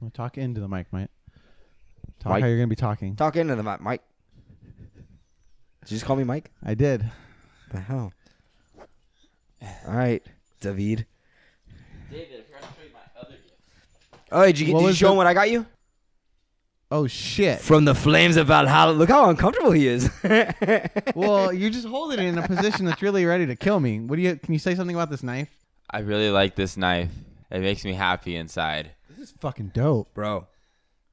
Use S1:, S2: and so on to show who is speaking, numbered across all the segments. S1: Well, Talk into the mic, Mike. Talk
S2: Mike.
S1: how you're gonna be talking.
S2: Talk into the mic, Mike. Did you just call me Mike?
S1: I did.
S2: The hell. All right, David.
S3: David, I forgot to show you my other gift.
S2: Oh, did you, get,
S1: What
S2: did you
S1: was
S2: show
S1: the-
S2: him what I got you?
S1: Oh shit.
S2: From the flames of Valhalla. Look how uncomfortable he is.
S1: well, you just hold it in a position that's really ready to kill me. What do you? Can you say something about this knife?
S3: I really like this knife. It makes me happy inside.
S1: This is fucking dope.
S2: Bro,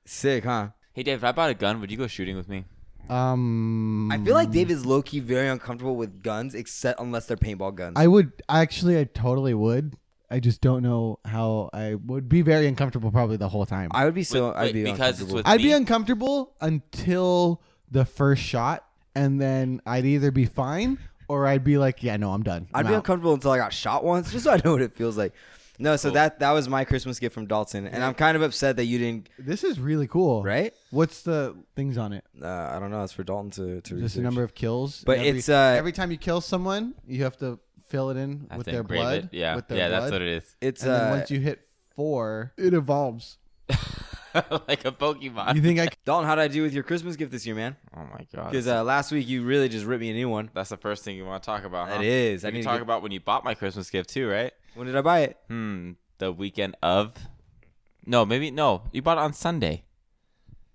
S2: sick, huh?
S3: Hey, David, if I bought a gun, would you go shooting with me?
S1: Um,
S2: I feel like David's low key very uncomfortable with guns, except unless they're paintball guns.
S1: I would actually. I totally would. I just don't know how I would be very uncomfortable probably the whole time.
S2: I would be so.
S3: Wait,
S2: I'd
S3: wait,
S2: be
S3: because it's
S2: uncomfortable.
S3: with-
S1: I'd be
S3: me?
S1: uncomfortable until the first shot, and then I'd either be fine or I'd be like, yeah, no, I'm done.
S2: I'd
S1: I'm
S2: be
S1: out.
S2: uncomfortable until I got shot once, just so I know what it feels like. No, so
S3: Cool.
S2: that that was my Christmas gift from Dalton, and I'm kind of upset that you didn't.
S1: This is really cool.
S2: Right?
S1: What's the things on it?
S2: Uh, I don't know. It's for Dalton to to
S1: Just
S2: research.
S1: the number of kills.
S2: But
S1: every,
S2: it's, uh,
S1: every time you kill someone, you have to fill it in
S3: I
S1: with
S3: have to
S1: their
S3: engrave
S1: blood.
S3: It. Yeah,
S1: with their
S3: yeah, that's
S1: blood.
S3: what it is.
S2: It's
S1: and then
S2: uh,
S1: once you hit four, it evolves.
S3: like a Pokemon.
S1: You think I? c-
S2: Dalton. How did I do with your Christmas gift this year, man?
S3: oh my god.
S2: Because uh, last week you really just ripped me a new one.
S3: that's the first thing you want to talk about. Huh?
S2: That is.
S3: We
S2: I
S3: can
S2: need to
S3: talk
S2: get-
S3: about Uh-huh. when you bought my Christmas gift too, right?
S2: When did I buy it?
S3: Hmm. The weekend of. No, maybe no. You bought it on Sunday.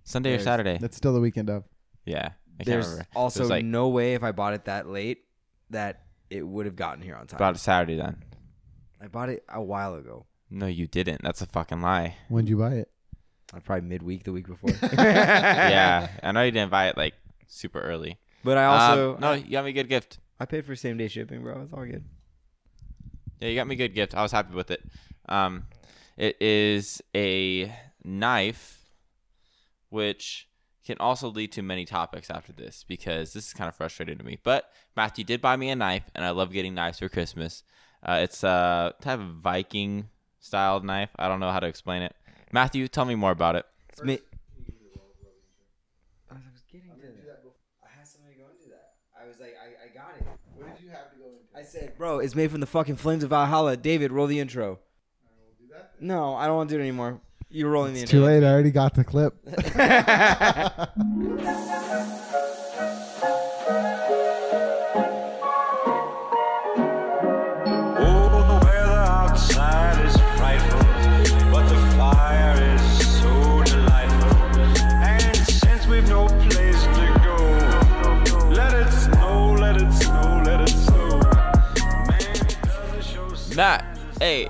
S3: Sunday or
S2: There's-
S3: Saturday.
S1: That's still the weekend of.
S3: Yeah. I can't
S2: There's
S3: remember.
S2: also
S3: it was like
S2: no way if I bought it that late that it would have gotten here on time.
S3: about Saturday then.
S2: I bought it a while ago.
S3: No, you didn't. That's a fucking lie.
S1: When'd you buy it?
S2: I probably midweek the week before.
S3: yeah. I know you didn't buy it like super early.
S2: But I also
S3: Um, no, you got me a good gift.
S2: I paid for same day shipping, bro. It's all good.
S3: Yeah, you got me a good gift. I was happy with it. Um, it is a knife, which can also lead to many topics after this because this is kind of frustrating to me. But Matthew did buy me a knife, and I love getting knives for Christmas. Uh, it's a type of Viking styled knife. I don't know how to explain it. Matthew, tell me more about it.
S2: It's me. I was getting to that. I had somebody go into that. I was like, I, I got it.
S1: What did you have to go into?
S2: I said, bro, it's made from the fucking flames of Valhalla. David, roll the intro. No, I don't want to do it anymore. You're rolling the
S1: It's
S2: intro.
S1: too late. I already got the clip.
S4: Oh, the weather outside is frightful, but the fire is so delightful. And since we've no place to go, let it snow, let it snow, let it snow. Man, it doesn't show
S3: Matt,
S4: signs of
S3: hey,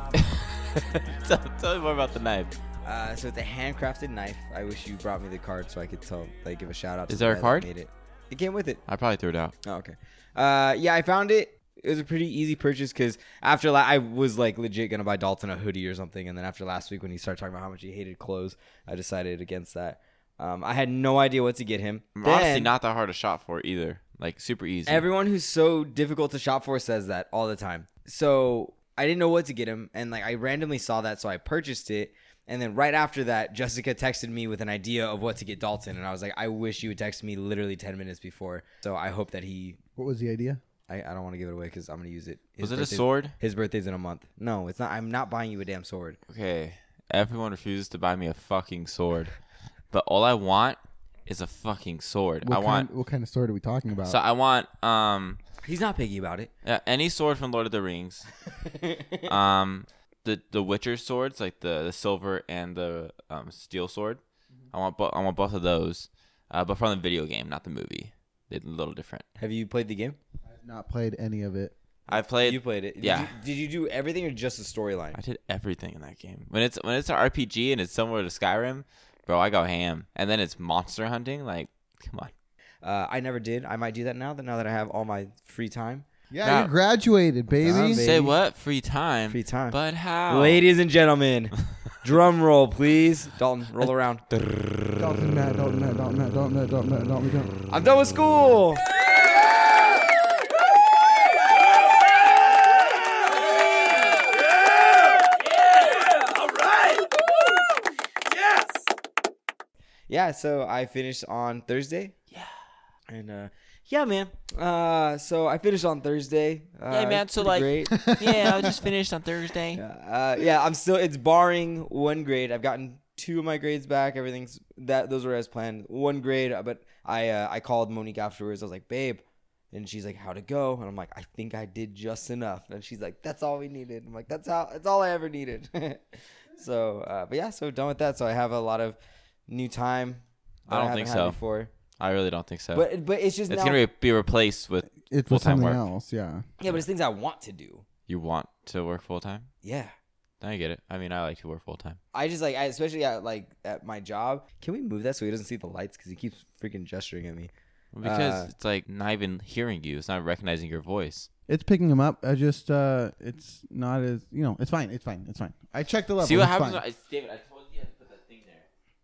S4: summer.
S3: tell, tell me more about the knife.
S2: Uh, so it's a handcrafted knife. I wish you brought me the card so I could tell, like, give a shout out. to
S3: Is
S2: the
S3: there a
S2: guy that
S3: card?
S2: Made it. It came with it.
S3: I probably threw it out.
S2: Oh, okay. Uh, yeah, I found it. It was a pretty easy purchase because after la- I was like legit gonna buy Dalton a hoodie or something, and then after last week when he started talking about how much he hated clothes, I decided against that. Um, I had no idea what to get him.
S3: Honestly,
S2: Then-
S3: not that hard a shot for either. Like super easy.
S2: Everyone who's so difficult to shop for says that all the time. So I didn't know what to get him, and like I randomly saw that, so I purchased it. And then right after that, Jessica texted me with an idea of what to get Dalton, and I was like, I wish you would text me literally ten minutes before. So I hope that he.
S1: What was the idea?
S2: I, I don't want to give it away because I'm gonna use it. His
S3: was it a
S2: birthday's-
S3: sword?
S2: His birthday's in a month. No, it's not. I'm not buying you a damn sword.
S3: Okay. Everyone refuses to buy me a fucking sword. but all I want is a fucking sword.
S1: What
S3: I want
S1: Kind, what kind of sword are we talking about?
S3: so I want um
S2: He's not picky about it.
S3: uh, any sword from Lord of the Rings. um the the Witcher swords, like the, the silver and the um, steel sword.
S1: Mm-hmm.
S3: I want bo- I want both of those. Uh, but from the video game, not the movie. They're a little different.
S2: Have you played the game?
S1: I've not played any of it.
S3: I played
S2: you played it. Did
S3: yeah.
S2: you- Did you, do everything or just the storyline?
S3: I did everything in that game. When it's when it's an RPG and it's similar to Skyrim, bro, I go ham. And then it's monster hunting. Like, come on.
S2: Uh, I never did. I might do that now. That now that I have all my free time.
S1: Yeah,
S3: Now-
S1: you graduated, baby.
S2: Nah, baby.
S3: Say what? Free time.
S2: Free time.
S3: But how?
S2: Ladies and gentlemen, drum roll, please. Dalton, roll around.
S1: Dalton, Matt, Dalton, Matt, Dalton, Matt, Dalton, Matt, Dalton, Matt, Dalton, Matt, Dalton.
S2: I'm done with school. Yeah, so I finished on Thursday. Yeah. And uh yeah, man. Uh so I finished on Thursday. Uh,
S3: Yeah, man,
S2: it's
S3: so,
S2: pretty
S3: like-
S2: great.
S3: yeah, I just finished on Thursday.
S2: Uh, yeah, I'm still. It's barring one grade. I've gotten two of my grades back. Everything's that those were as planned. One grade, uh, but I uh, I called Monique afterwards. I was like, babe, and she's like, how'd it go? And I'm like, I think I did just enough. And she's like, that's all we needed. I'm like, that's how that's all I ever needed. so, uh, but yeah, so done with that. So I have a lot of new time. that
S3: I don't
S2: haven't
S3: think
S2: had
S3: so.
S2: Before.
S3: I really don't think so.
S2: But but it's just
S3: it's
S2: now,
S3: gonna be, be replaced with
S1: It was
S3: Full-time
S1: something
S3: work.
S1: else. Yeah.
S2: yeah, but it's things I want to do.
S3: you want to work full time.
S2: Yeah.
S3: I get it. I mean, I like to work full time.
S2: I just like, I, especially at like at my job. Can we move that so he doesn't see the lights? Because he keeps freaking gesturing at me.
S3: Because
S2: Uh,
S3: it's like not even hearing you. It's not recognizing your voice.
S1: It's picking him up. I just uh it's not as you know, it's fine, it's fine, it's fine. I checked the levels.
S3: See what
S1: it's
S3: happens?
S1: fine.
S3: When I, David, I told you I had to put that thing there.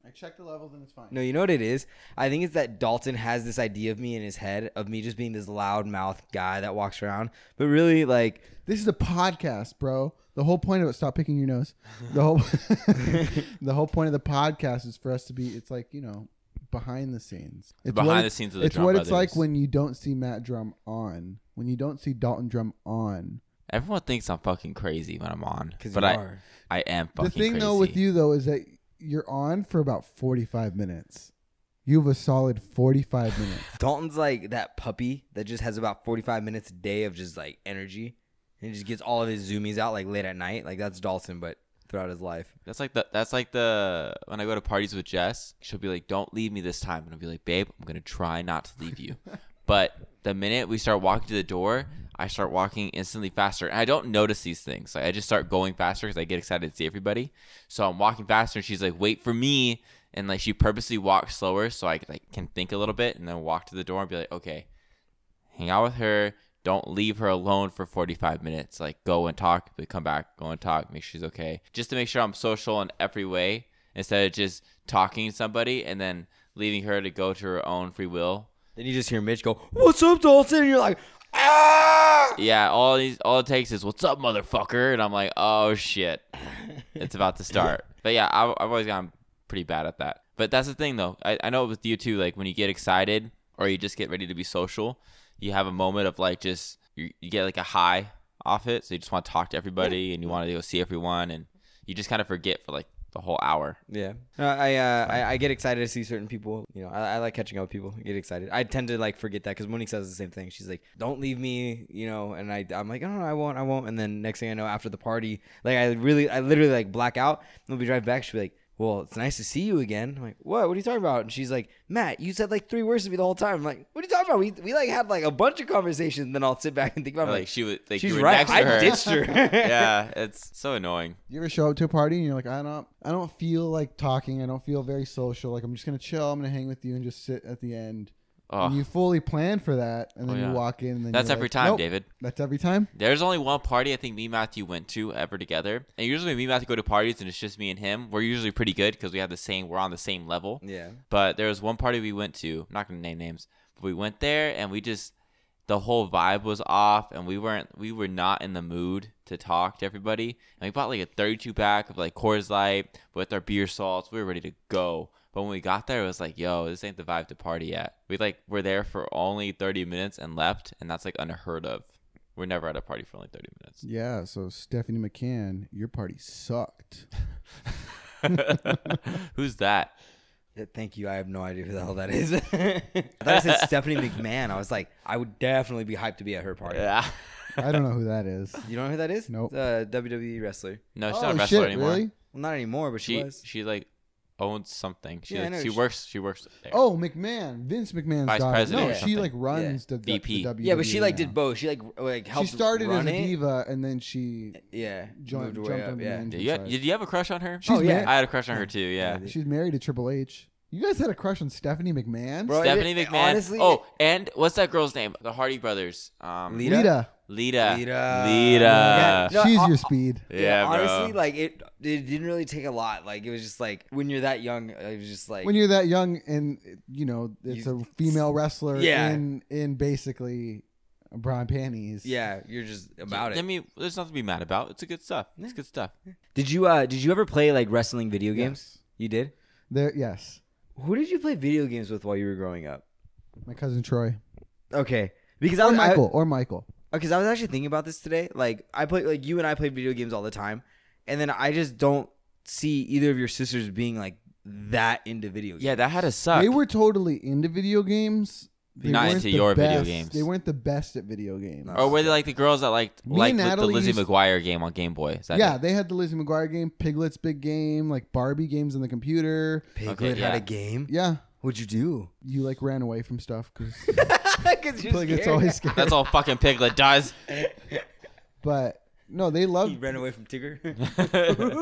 S1: I checked the levels and it's fine.
S2: No, you know what it is? I think it's that Dalton has this idea of me in his head of me just being this loud mouth guy that walks around. But really, like,
S1: This is a podcast, bro. The whole point of it stop picking your nose. The whole the whole point of the podcast is for us to be it's like, you know, behind the scenes. It's what
S3: Behind the
S1: it's-
S3: scenes of the
S1: It's
S3: drum
S1: what it's
S3: brothers.
S1: like when you don't see Matt Drum on. When you don't see Dalton Drum on.
S3: Everyone thinks I'm fucking crazy when I'm on,
S2: because you
S3: but I
S2: are.
S3: I am fucking.
S1: the thing though with
S3: crazy.
S1: you though is that you're on for about 45 minutes. You have a solid 45 minutes.
S2: Dalton's like that puppy that just has about 45 minutes a day of just like energy and just gets all of his zoomies out like late at night. Like, that's Dalton, but throughout his life.
S3: That's like the that's like the when I go to parties with Jess, she'll be like, "Don't leave me this time," and I'll be like, "Babe, I'm gonna try not to leave you." but the minute we start walking to the door, I start walking instantly faster, and I don't notice these things. Like I just start going faster because I get excited to see everybody. So I'm walking faster, and she's like, "Wait for me," and like she purposely walks slower so I like can think a little bit, and then walk to the door and be like, "Okay, hang out with her." Don't leave her alone for 45 minutes. Like, go and talk, but come back, go and talk, make sure she's okay. Just to make sure I'm social in every way instead of just talking to somebody and then leaving her to go to her own free will.
S2: Then you just hear Mitch go, What's up, Dalton? And you're like, Ah!
S3: Yeah, all these, all it takes is, what's up, motherfucker? And I'm like, oh shit, it's about to start. But yeah, I, I've always gotten pretty bad at that. But that's the thing though. I, I know with you too, like when you get excited or you just get ready to be social, you have a moment of like just, you, you get like a high off it. So you just want to talk to everybody and you want to go see everyone and you just kind of forget for like the whole hour.
S2: Yeah, No, I, uh, I I get excited to see certain people. You know, I, I like catching up with people. I get excited. I tend to like forget that because Monique says the same thing. She's like, "Don't leave me," you know, and I I'm like, "No, no, I won't, I won't." And then next thing I know, after the party, like I really, I literally like black out. And we drive back. She'll be like, "Well, it's nice to see you again." I'm like, "What? What are you talking about?" And she's like, "Matt, you said like three words to me the whole time." I'm like, "What are you talking about? We we like had like a bunch of conversations." Then I'll sit back and think about it. I'm
S3: like,
S2: like,
S3: she was like
S2: she's
S3: you were
S2: right.
S3: next to
S2: I
S3: her.
S2: ditched her.
S3: yeah, it's so annoying.
S1: You ever show up to a party and you're like, I don't, I don't feel like talking. I don't feel very social. Like I'm just gonna chill. I'm gonna hang with you and just sit at the end.
S3: Oh,
S1: And you fully plan for that, and then
S3: Oh, yeah.
S1: you walk in. And then
S3: that's
S1: you're
S3: every
S1: like,
S3: time,
S1: "Nope,
S3: David.
S1: That's every time.
S3: There's only one party I think me and Matthew went to ever together. And usually me and Matthew go to parties and it's just me and him. We're usually pretty good because we have the same, we're on the same level.
S2: yeah.
S3: But there was one party we went to. I'm not gonna name names, but we went there and we just the whole vibe was off, and we weren't we were not in the mood to talk to everybody. And we bought like a 32 pack of like Coors Light with our beer salts. We were ready to go. But when we got there, it was like, yo, this ain't the vibe to party at. We like were there for only 30 minutes and left, and that's like unheard of. We're never at a party for only 30 minutes.
S1: Yeah. So Stephanie McCann, your party sucked.
S3: Who's that?
S2: Th- Thank you. I have no idea who the hell that is. I thought I said Stephanie McMahon. I was like, I would definitely be hyped to be at her party.
S3: Yeah.
S1: I don't know who that is.
S2: You don't know who that is?
S1: Nope.
S2: The WWE E wrestler.
S3: No, she's
S1: oh
S3: not a wrestler
S1: shit!
S3: anymore.
S1: Really?
S2: Well, not anymore, but she,
S3: She
S2: was.
S3: she like owns something. She
S2: Yeah, I
S3: like,
S2: know.
S3: she
S2: She-
S3: works she works there.
S1: Oh, McMahon, Vince McMahon's
S3: Vice
S1: daughter.
S3: president
S1: No,
S2: or
S1: she
S3: something.
S1: like runs the, the,
S3: VP.
S1: the WWE.
S2: yeah, but she like
S1: E now.
S2: did both. She like r- like
S1: She
S2: helped.
S1: started as
S2: run
S1: a
S2: it.
S1: diva, and then she
S2: Yeah,
S1: joined,
S2: moved her
S1: jumped
S2: way
S1: up.
S2: up.
S1: the
S2: Yeah.
S1: management
S3: Did you,
S1: side.
S3: did you have a crush on her?
S1: She's
S2: Oh,
S1: ma-
S2: yeah.
S3: I had a crush on her too. Yeah.
S2: Yeah.
S1: She's married to Triple H. You guys had a crush on Stephanie McMahon?
S2: Bro,
S3: Stephanie
S2: it-
S3: McMahon.
S2: honestly-
S3: oh, and what's that girl's name? The Hardy Brothers. Um,
S2: Lita?
S1: Lita.
S3: Lita.
S2: Lita.
S3: Lita.
S2: Yeah. No,
S1: She's
S2: uh,
S1: your
S2: uh,
S1: speed.
S3: Yeah,
S2: honestly,
S3: bro.
S2: like it, it didn't really take a lot. Like it was just like when you're that young, it was just like
S1: When you're that young and you know, it's
S2: You-
S1: a female wrestler
S2: Yeah.
S1: in in basically brown panties.
S2: yeah, you're just about
S3: I
S2: it.
S3: mean, there's nothing to be mad about. It's a good stuff. It's good stuff.
S2: Did you uh did you ever play like wrestling video games?
S1: Yes.
S2: You did.
S1: There yes.
S2: Who did you play video games with while you were growing up?
S1: My cousin Troy.
S2: Okay, because I
S1: Or
S2: was I-
S1: Michael. or Michael.
S2: because I was actually thinking about this today. Like I play like you and I play video games all the time, and then I just don't see either of your sisters being like that into video games.
S3: Yeah, that had to suck.
S1: They were totally into video games. They
S3: Not
S1: weren't
S3: into
S1: the
S3: your video
S1: best-
S3: games.
S1: They weren't the best at video games.
S2: No.
S3: or were they like the girls that like
S1: Me
S3: like
S1: and
S3: the, the
S1: Natalie
S3: Lizzie
S1: used-
S3: McGuire game on Game Boy? Is that
S1: yeah,
S3: it?
S1: they had the Lizzie McGuire game, Piglet's big game, like Barbie games on the computer.
S2: Piglet
S3: Okay,
S2: had
S3: yeah.
S2: a game.
S1: Yeah,
S2: What'd you do?
S1: you like ran away from stuff because
S2: Because
S1: Piglet's always scared.
S3: that's all fucking Piglet does.
S1: But no, they
S2: He
S1: love
S2: ran away from Tigger.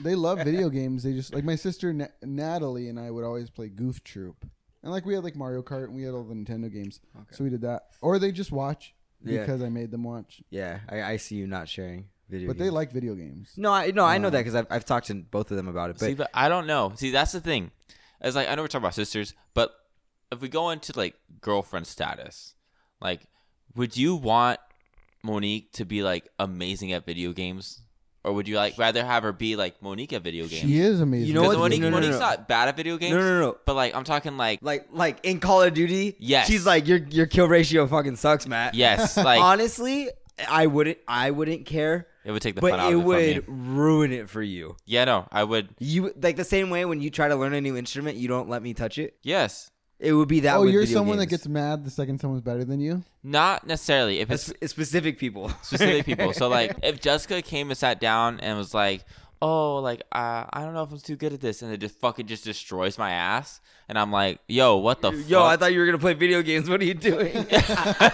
S1: they love video games. They just like my sister Na- Natalie and I would always play Goof Troop, and like we had like Mario Kart and we had all the Nintendo games,
S2: Okay.
S1: so we did that. Or they just watch
S2: Yeah.
S1: because I made them watch.
S2: yeah, I, I see you not sharing video.
S1: But they
S2: games.
S1: like video games.
S2: No, I no, I know
S1: Um,
S2: that because I've I've talked to both of them about it. But
S3: See, but I don't know. See, that's the thing. It's like I know we're talking about sisters, but if we go into like girlfriend status, like, would you want Monique to be like amazing at video games, or would you like rather have her be like Monique at video games?
S1: She is amazing.
S2: You know
S3: Because
S2: what?
S3: Monique,
S2: No, no, no,
S3: Monique's
S2: no.
S3: not bad at video games.
S2: no, no, no.
S3: But like, I'm talking like,
S2: Like like in Call of Duty,
S3: Yes.
S2: she's like your your kill ratio fucking sucks, Matt.
S3: yes, like
S2: honestly, I wouldn't I wouldn't care,
S3: it would take the fun
S2: but
S3: out
S2: it
S3: of it
S2: would
S3: for me.
S2: ruin it for you.
S3: Yeah, no, I would.
S2: You like the same way when you try to learn a new instrument, you don't let me touch it.
S3: Yes,
S2: It would be that.
S1: oh,
S2: with
S1: you're
S2: video
S1: someone that
S2: games.
S1: gets mad the second someone's better than you.
S3: not necessarily. If it's
S2: That's sp- specific people.
S3: specific people. So like, if Jessica came and sat down and was like, "Oh, like uh, I don't know if I'm too good at this," and it just fucking just destroys my ass, and I'm like, "Yo, what the
S2: Yo, I
S3: fuck?"
S2: thought you were gonna play video games. What are you doing?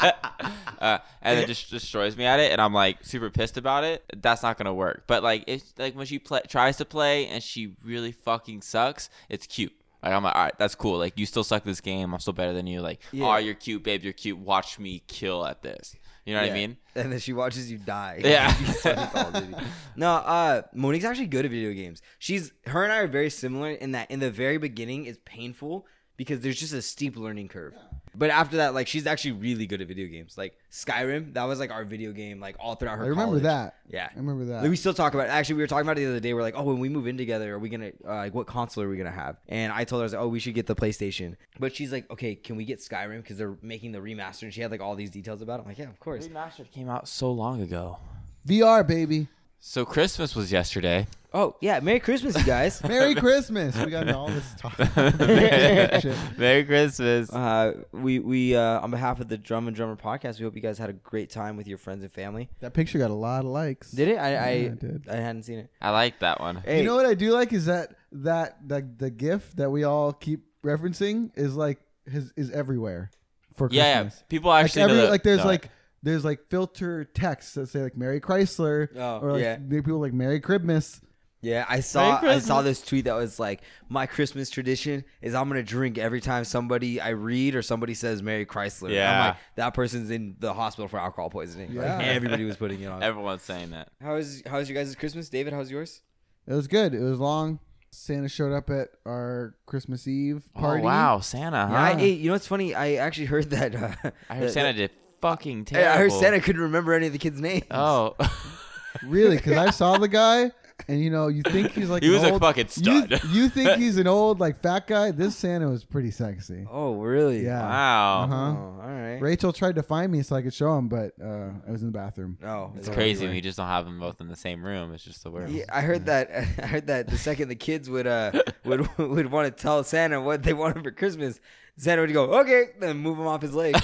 S3: uh, and it just destroys me at it, and I'm like super pissed about it. That's not gonna work. But like, if like when she pla tries to play and she really fucking sucks, it's cute. Like I'm like, all right, that's cool. Like you still suck at this game. I'm still better than you. Like,
S2: Yeah.
S3: oh, you're cute, babe. You're cute. Watch me kill at this. You know what I mean?
S2: And then she watches you die.
S3: Yeah.
S2: You suck at Call of Duty. no, uh, Monique's actually good at video games. She's her and I are very similar in that in the very beginning it's painful because there's just a steep learning curve. But after that, like she's actually really good at video games. Like Skyrim, that was like our video game, like all throughout her.
S1: I remember
S2: college.
S1: that.
S2: Yeah.
S1: I remember that.
S2: Like, we still talk about it. Actually, we were talking about it the other day. We're like, oh, when we move in together, are we gonna uh, like what console are we gonna have? And I told her, I was like, oh, we should get the PlayStation. But she's like, okay, can we get Skyrim because they're making the remaster? And she had like all these details about it. I'm like, yeah, of course.
S3: Remastered came out so long ago.
S1: VR baby.
S3: So Christmas was yesterday.
S2: Oh yeah, Merry Christmas, you guys.
S1: Merry Christmas. We got into all this talk. Shit.
S3: Merry Christmas.
S2: uh, we we uh, on behalf of the Drum and Drummer podcast, we hope you guys had a great time with your friends and family.
S1: That picture got a lot of likes.
S2: Did it? I I,
S1: Yeah,
S2: I,
S1: it did.
S2: hadn't seen it.
S3: I like that one.
S2: Hey,
S1: You know what I do like is that that the the GIF that we all keep referencing is like has, is everywhere for
S3: Yeah, yeah,
S1: Christmas.
S3: people
S1: Like,
S3: actually
S1: every-
S3: know that-
S1: like there's
S3: know
S1: like
S3: it.
S1: there's like filter texts that say like Merry Chrysler
S2: Oh,
S1: or like
S2: yeah.
S1: people like Merry Christmas.
S2: yeah, I saw
S3: Merry
S2: I saw this tweet that was like, my Christmas tradition is I'm gonna drink every time somebody I read or somebody says Merry Chrysler. I'm
S3: Yeah.
S2: like, that person's in the hospital for alcohol poisoning. Like,
S1: Yeah.
S2: everybody was putting it on.
S3: everyone's saying that.
S2: how is how is your guys' Christmas, David? How's yours?
S1: It was good. It was long. Santa showed up at our Christmas Eve party.
S3: Oh wow,
S1: Ah.
S3: Santa, huh?
S2: Yeah, I, hey, you know what's funny? I actually heard that. Uh,
S3: I
S2: that-
S3: heard Santa did fucking
S2: Hey,
S3: terrible.
S2: I heard Santa couldn't remember any of the kids' names.
S3: Oh,
S1: Really? Because I saw the guy, and you know, you think he's like
S3: He
S1: an
S3: was a
S1: old-
S3: fucking
S1: you-
S3: stud.
S1: You, think he's an old like fat guy? This Santa was pretty sexy.
S2: Oh, really?
S1: Yeah.
S3: wow.
S1: Uh-huh.
S2: Oh, all right.
S1: Rachel tried to find me so I could show him, but uh, I was in the bathroom.
S2: Oh,
S3: It's crazy when you just don't have them both in the same room. It's just the worst.
S2: Yeah, I heard that. I heard that the second the kids would uh would would want to tell Santa what they wanted for Christmas, Santa would go okay, then move him off his leg.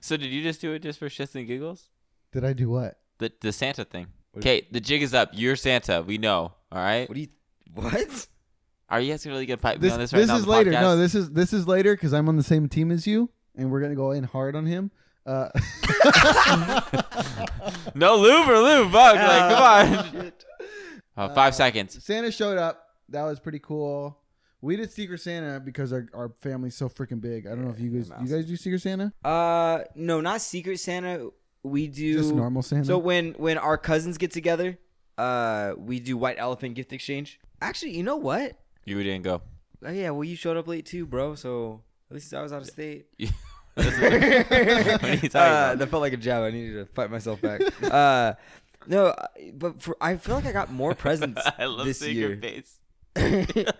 S3: so did you just do it just for shits and giggles?
S1: Did I do what?
S3: The the Santa thing. Okay, the jig is up. You're Santa. We know. All right.
S2: what do you? What?
S3: Are you guys really gonna pipe me
S1: This,
S3: on this
S1: this,
S3: right now? on
S1: is
S3: the
S1: later.
S3: podcast?
S1: No, this is this is later because I'm on the same team as you, and we're gonna go in hard on him. Uh,
S3: No lube or lube, fuck. Like,
S2: Ah,
S3: come on. Oh, five
S1: Uh,
S3: seconds.
S1: Santa showed up. That was pretty cool. We did Secret Santa because our, our family's so freaking big. I don't know if you guys you guys do Secret Santa.
S2: Uh, no, not Secret Santa. We do
S1: Just normal Santa?
S2: So when when our cousins get together, uh, we do white elephant gift exchange. Actually, you know what?
S3: You didn't go.
S2: Uh, yeah, well, you showed up late too, bro. So at least I was out of state.
S3: What are you talking
S2: Uh,
S3: about?
S2: that felt like a jab. I needed to fight myself back. uh, no, I- but for, I feel like I got more presents
S3: I love
S2: this
S3: seeing
S2: year.
S3: your face.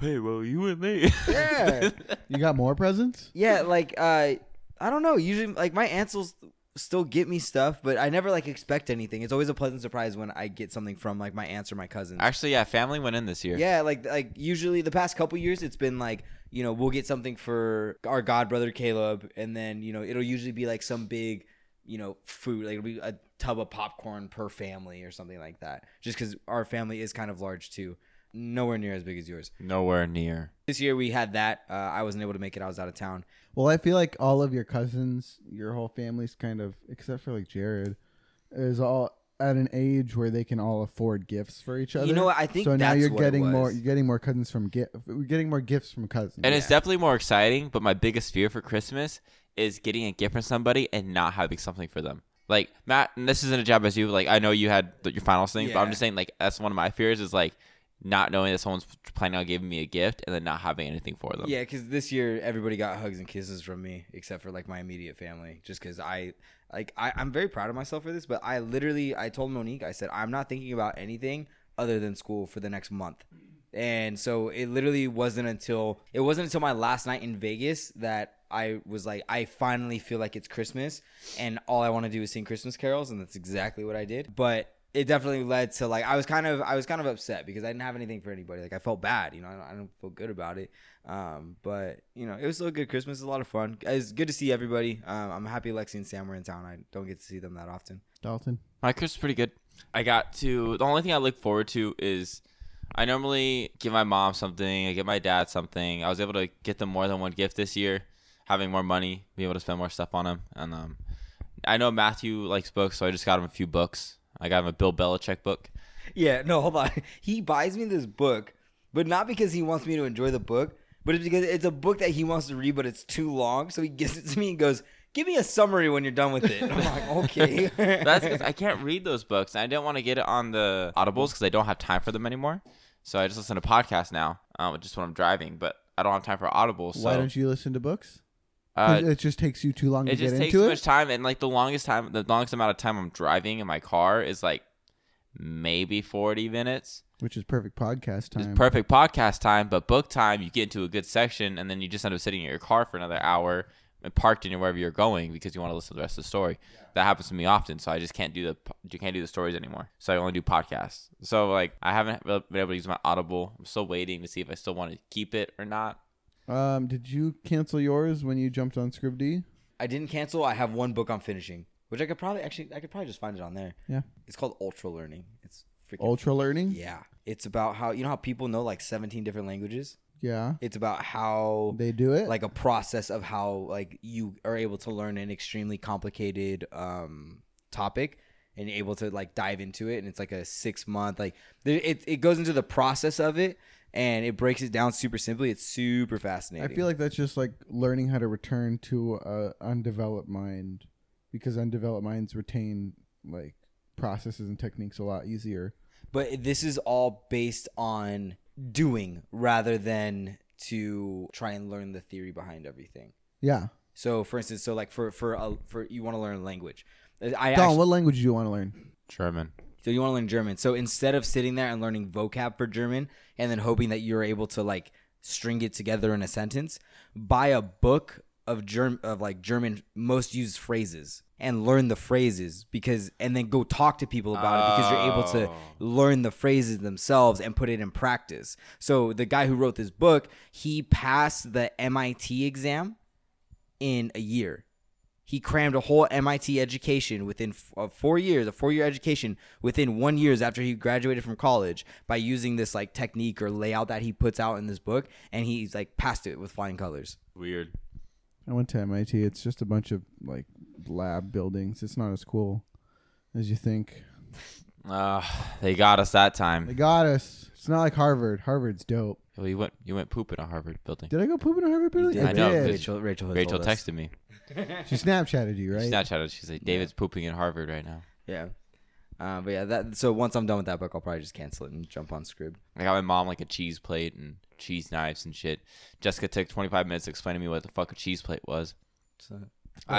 S3: hey, well, you were late.
S2: yeah,
S1: You got more presents?
S2: yeah. Like uh, I don't know. Usually, like my aunts will still get me stuff, but I never like expect anything. It's always a pleasant surprise when I get something from like my aunts or my cousins.
S3: Actually, yeah, family went in this year.
S2: Yeah, like like usually the past couple years it's been like, you know, we'll get something for our god brother Caleb and then, you know, it'll usually be like some big, you know, food, like it'll be a tub of popcorn per family or something like that. Just cuz our family is kind of large too. Nowhere near as big as yours.
S3: Nowhere near.
S2: This year we had that. Uh, I wasn't able to make it. I was out of town.
S1: Well, I feel like all of your cousins, your whole family's kind of, except for like Jared, is all at an age where they can all afford gifts for each other.
S2: You know what? I think
S1: so now
S2: that's
S1: you're
S2: what it
S1: getting more.
S2: was.
S1: You're getting more cousins from gift. We're getting more gifts from cousins.
S3: And it's definitely more exciting, but my biggest fear for Christmas is getting a gift from somebody and not having something for them. Like Matt, and this isn't a job as you. Like I know you had th- your finals thing, but I'm
S2: Yeah.
S3: just saying, like that's one of my fears is like not knowing that someone's planning on giving me a gift and then not having anything for them.
S2: Yeah, because this year everybody got hugs and kisses from me, except for like my immediate family. Just because I, like, I, I'm very proud of myself for this, but I literally, I told Monique, I said, I'm not thinking about anything other than school for the next month. And so it literally wasn't until it wasn't until my last night in Vegas that I was like, I finally feel like it's Christmas, and all I want to do is sing Christmas carols, and that's exactly what I did. But it definitely led to like I was kind of I was kind of upset because I didn't have anything for anybody. Like I felt bad, you know. I don't, I don't feel good about it. Um, but you know, it was still a good Christmas. It was a lot of fun. It's good to see everybody. Um, I'm happy Lexi and Sam were in town. I don't get to see them that often.
S1: Dalton.
S3: My Christmas is pretty good. I got to the only thing I look forward to is I normally give my mom something, I get my dad something. I was able to get them more than one gift this year, having more money, be able to spend more stuff on them. And um, I know Matthew likes books, so I just got him a few books. I got him a Bill Belichick book.
S2: Yeah, no, hold on. He buys me this book, but not because he wants me to enjoy the book, but it's because it's a book that he wants to read, but it's too long. So he gives it to me and goes, "Give me a summary when you're done with it." And I'm like, okay.
S3: That's 'cause I can't read those books. and I didn't want to get it on the Audibles because I don't have time for them anymore. So I just listen to podcasts now, um, just when I'm driving. But I don't have time for Audibles. So,
S1: Why don't you listen to books? 'Cause
S3: Uh,
S1: it just takes you too long
S3: it
S1: to get
S3: just takes
S1: into
S3: too
S1: it.
S3: much time and like the longest time the longest amount of time i'm driving in my car is like maybe 40 minutes
S1: which is perfect podcast time.
S3: it's perfect podcast time but book time you get into a good section and then you just end up sitting in your car for another hour and parked in wherever you're going because you want to listen to the rest of the story that happens to me often so i just can't do the po- you can't do the stories anymore so i only do podcasts so like i haven't really been able to use my audible i'm still waiting to see if i still want to keep it or not
S1: um, did you cancel yours when you jumped on Scribd?
S2: I didn't cancel. I have one book I'm finishing, which I could probably actually I could probably just find it on there.
S1: Yeah.
S2: It's called Ultra Learning. It's freaking
S1: Ultra learning.
S2: Yeah. It's about how you know how people know like 17 different languages.
S1: Yeah.
S2: It's about how
S1: They do it.
S2: like a process of how like you are able to learn an extremely complicated um topic and able to like dive into it and it's like a 6 month like there- it it goes into the process of it and it breaks it down super simply. It's super
S1: I
S2: fascinating.
S1: feel like that's just like learning how to return to a Uh, undeveloped mind because undeveloped minds retain like processes and techniques a lot easier.
S2: but this is all based on doing rather than to try and learn the theory behind everything.
S1: Yeah.
S2: So, for instance, so like for for a, for you want to learn a language, I
S1: Don,
S2: actually,
S1: what language do you want to learn?
S3: german
S2: so you want to learn German. So instead of sitting there and learning vocab for German and then hoping that you're able to like string it together in a sentence, buy a book of germ of like German most used phrases and learn the phrases because and then go talk to people about it because you're able to
S3: Oh.
S2: learn the phrases themselves and put it in practice. So the guy who wrote this book, he passed the MIT exam in a year. He crammed a whole MIT education within f- uh, four years, a four-year education within one years after he graduated from college by using this like technique or layout that he puts out in this book, and he's like passed it with flying colors.
S3: weird
S1: I went to MIT. It's just a bunch of like lab buildings. It's not as cool as you think.
S3: uh, they got us that time
S1: They got us. It's not like Harvard. Harvard's dope.
S3: Well, you went you went poop in a Harvard building.
S1: Did I go poop in a Harvard building?
S3: I know, did.
S2: Rachel. Rachel, has
S3: Rachel
S2: told us.
S3: texted me.
S1: She Snapchatted you,
S3: She
S1: right?
S3: Snapchatted. She's like, "David's pooping in Harvard right now."
S2: Yeah, uh, but yeah, that. So once I'm done with that book, I'll probably just cancel it and jump on Scrib.
S3: I got my mom like a cheese plate and cheese knives and shit. Jessica took 25 minutes explaining to me what the fuck a cheese plate was.
S2: So,
S3: I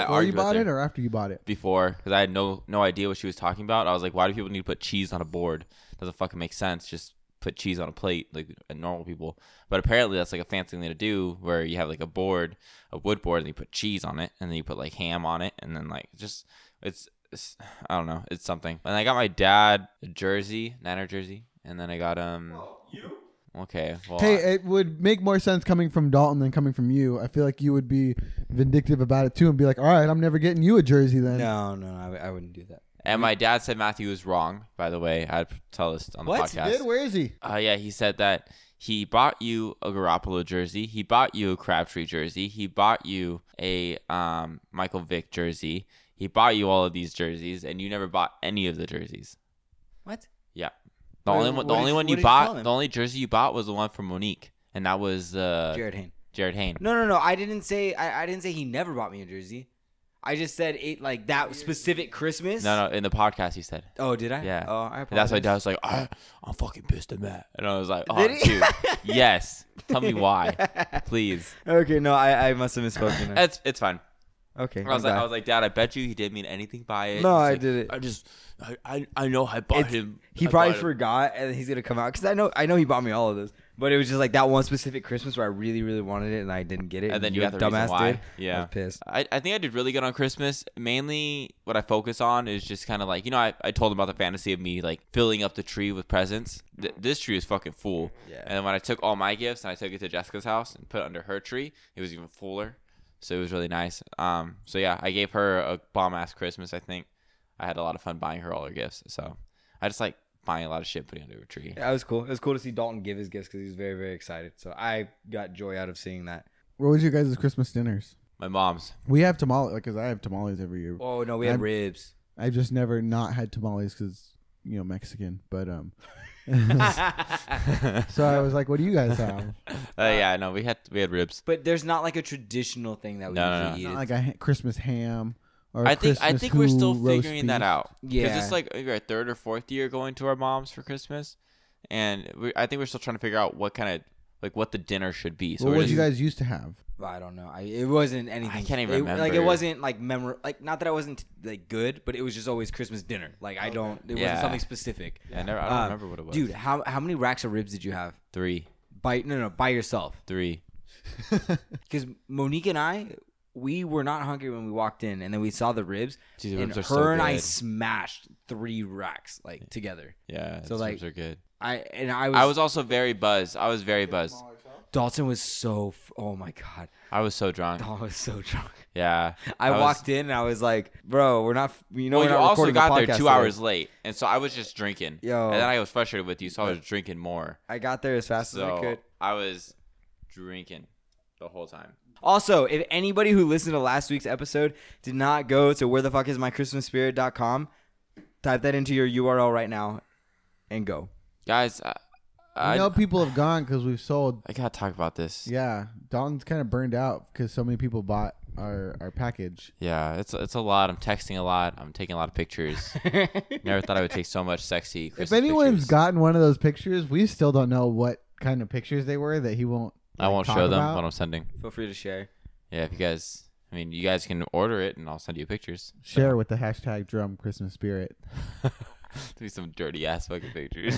S1: Before you
S3: argued with
S1: bought
S3: her
S1: it or after you bought it?
S3: before because I had no no idea what she was talking about. I was like, "Why do people need to put cheese on a board? Doesn't fucking make sense. Just put cheese on a plate like normal people." But apparently, that's like a fancy thing to do where you have like a board, a wood board, and you put cheese on it, and then you put like ham on it, and then like just It's, it's I don't know. It's something. And I got my dad a jersey, Niner jersey, and then I got um. you. Okay. Well,
S1: Hey,
S3: I-
S1: it would make more sense coming from Dalton than coming from you. I feel like you would be vindictive about it too and be like, all right, I'm never getting you a jersey then.
S2: No, no, I, I wouldn't do that.
S3: and my dad said Matthew was wrong. By the way, I'd tell this on the
S2: What?
S3: podcast.
S1: Dude, where is he?
S3: Uh, yeah, he said that he bought you a Garoppolo jersey. He bought you a Crabtree jersey. He bought you a um, Michael Vick jersey. He bought you all of these jerseys, and you never bought any of the jerseys.
S2: What?
S3: Yeah, the
S2: Wait,
S3: only one, the
S2: what did
S3: only
S2: you-
S3: one
S2: what
S3: you
S2: did you
S3: bought,
S2: call him?
S3: the only jersey you bought was the one from Monique, and that was uh, Jared.
S2: Jared Hayne.
S3: Hayne.
S2: No, no, no. I didn't say. I, I didn't say he never bought me a jersey. I just said it like that specific Christmas.
S3: No, no, in the podcast he said.
S2: Oh, did I?
S3: Yeah.
S2: Oh, I
S3: And that's why
S2: apologize.
S3: Dad was like, "Ah, I'm fucking pissed at Matt, and I was like, oh,
S2: Did he?
S3: dude, yes, tell me why, please.
S2: Okay, no, I, I must have misspoken. there.
S3: It's it's fine.
S2: okay,
S3: I was
S2: I'm
S3: like, I
S2: glad.
S3: was like, Dad, I bet you he didn't mean anything by it.
S2: No,
S3: He's
S2: I
S3: like,
S2: didn't.
S3: I just, I, I, I know I bought
S2: It's-
S3: him.
S2: He
S3: I
S2: probably
S3: bought him."
S2: forgot, and he's gonna come out because I know I know he bought me all of those, but it was just like that one specific Christmas where I really really wanted it and I didn't get it.
S3: And then you got the reason
S2: dumbass
S3: why.
S2: did. I
S3: Yeah.
S2: was pissed.
S3: I, I think I did really good on Christmas. Mainly, what I focus on is just kind of like you know I, I told him about the fantasy of me like filling up the tree with presents. Th- this tree is fucking full.
S2: Yeah.
S3: And when I took all my gifts and I took it to Jessica's house and put it under her tree, it was even fuller. So it was really nice. Um. So yeah, I gave her a bomb ass Christmas. I think I had a lot of fun buying her all her gifts. So I just like buying a lot of shit, putting it under a tree.
S2: Yeah, it was cool. It was cool to see Dalton give his gifts because he was very very excited. So I got joy out of seeing that.
S1: What was your guys' Christmas dinners?
S3: My mom's.
S1: We have tamales because I have tamales every year.
S2: Oh no, we had
S1: I'm-
S2: ribs.
S1: I've just never not had tamales because you know Mexican. But um, so I was like, what do you guys have?
S3: Uh, yeah, no, we had we had ribs.
S2: But there's not like a traditional thing that we
S3: No, no,
S2: usually
S1: Not
S2: eat.
S1: like a ha- Christmas ham or
S3: I think I
S1: Christmas
S3: think we're still
S1: who, roast
S3: figuring that
S1: beef.
S3: out. because
S2: Yeah.
S3: it's like maybe our third or fourth year going to our mom's for Christmas, and we, I think we're still trying to figure out what kind of like what the dinner should be. So
S1: what
S3: we're
S1: would
S3: just,
S1: you guys used to have?
S2: I don't know. I, it wasn't anything.
S3: can't even
S2: it- Like it
S3: remember.
S2: wasn't like memor. Like not that I wasn't like good, but it was just always Christmas dinner. Like I don't. It wasn't
S3: Yeah.
S2: something specific.
S3: Yeah, I never. I don't
S2: Um,
S3: remember what it was.
S2: Dude, how how many racks of ribs did you have?
S3: three,
S2: By no no by yourself.
S3: three.
S2: Because Monique and I, we were not hungry when we walked in, and then we saw the ribs.
S3: Dude, the
S2: and
S3: ribs are
S2: her
S3: so
S2: and I
S3: good.
S2: smashed three racks like together.
S3: Yeah,
S2: So,
S3: those
S2: like,
S3: ribs are good.
S2: I and I was,
S3: I was also very buzzed. I was very buzzed.
S2: Dalton was so f- oh my god,
S3: I was so drunk.
S2: Dalton was so drunk.
S3: Yeah,
S2: I,
S3: was-
S2: walked in and I was like, bro, we're not. f- You know,
S3: well,
S2: we're
S3: you
S2: not
S3: also
S2: recording a
S3: got there
S2: podcast
S3: two
S2: today.
S3: hours late, and so I was just drinking.
S2: Yo.
S3: and then I was frustrated with you, so I was drinking more.
S2: I got there as fast as I
S3: So
S2: could.
S3: I was drinking the whole time.
S2: Also, if anybody who listened to last week's episode did not go to where the fuck is my Christmas spirit.com, type that into your URL right now and go.
S3: Guys, I,
S1: I
S3: I,
S1: know people have gone because we've sold.
S3: I gotta talk about this.
S1: Yeah, Dalton's kind of burned out because so many people bought our our package.
S3: Yeah, it's it's a lot. I'm texting a lot. I'm taking a lot of pictures. Never thought I would take so much sexy. Christmas
S1: if anyone's
S3: pictures.
S1: gotten one of those pictures, we still don't know what kind of pictures they were that he won't.
S3: I
S1: like,
S3: won't
S1: talk
S3: show them
S1: about.
S3: what I'm sending.
S2: Feel free to share.
S3: Yeah, if you guys, I mean, you guys can order it, and I'll send you pictures.
S1: Share with the hashtag drum Christmas spirit.
S3: There'll be some dirty ass fucking pictures.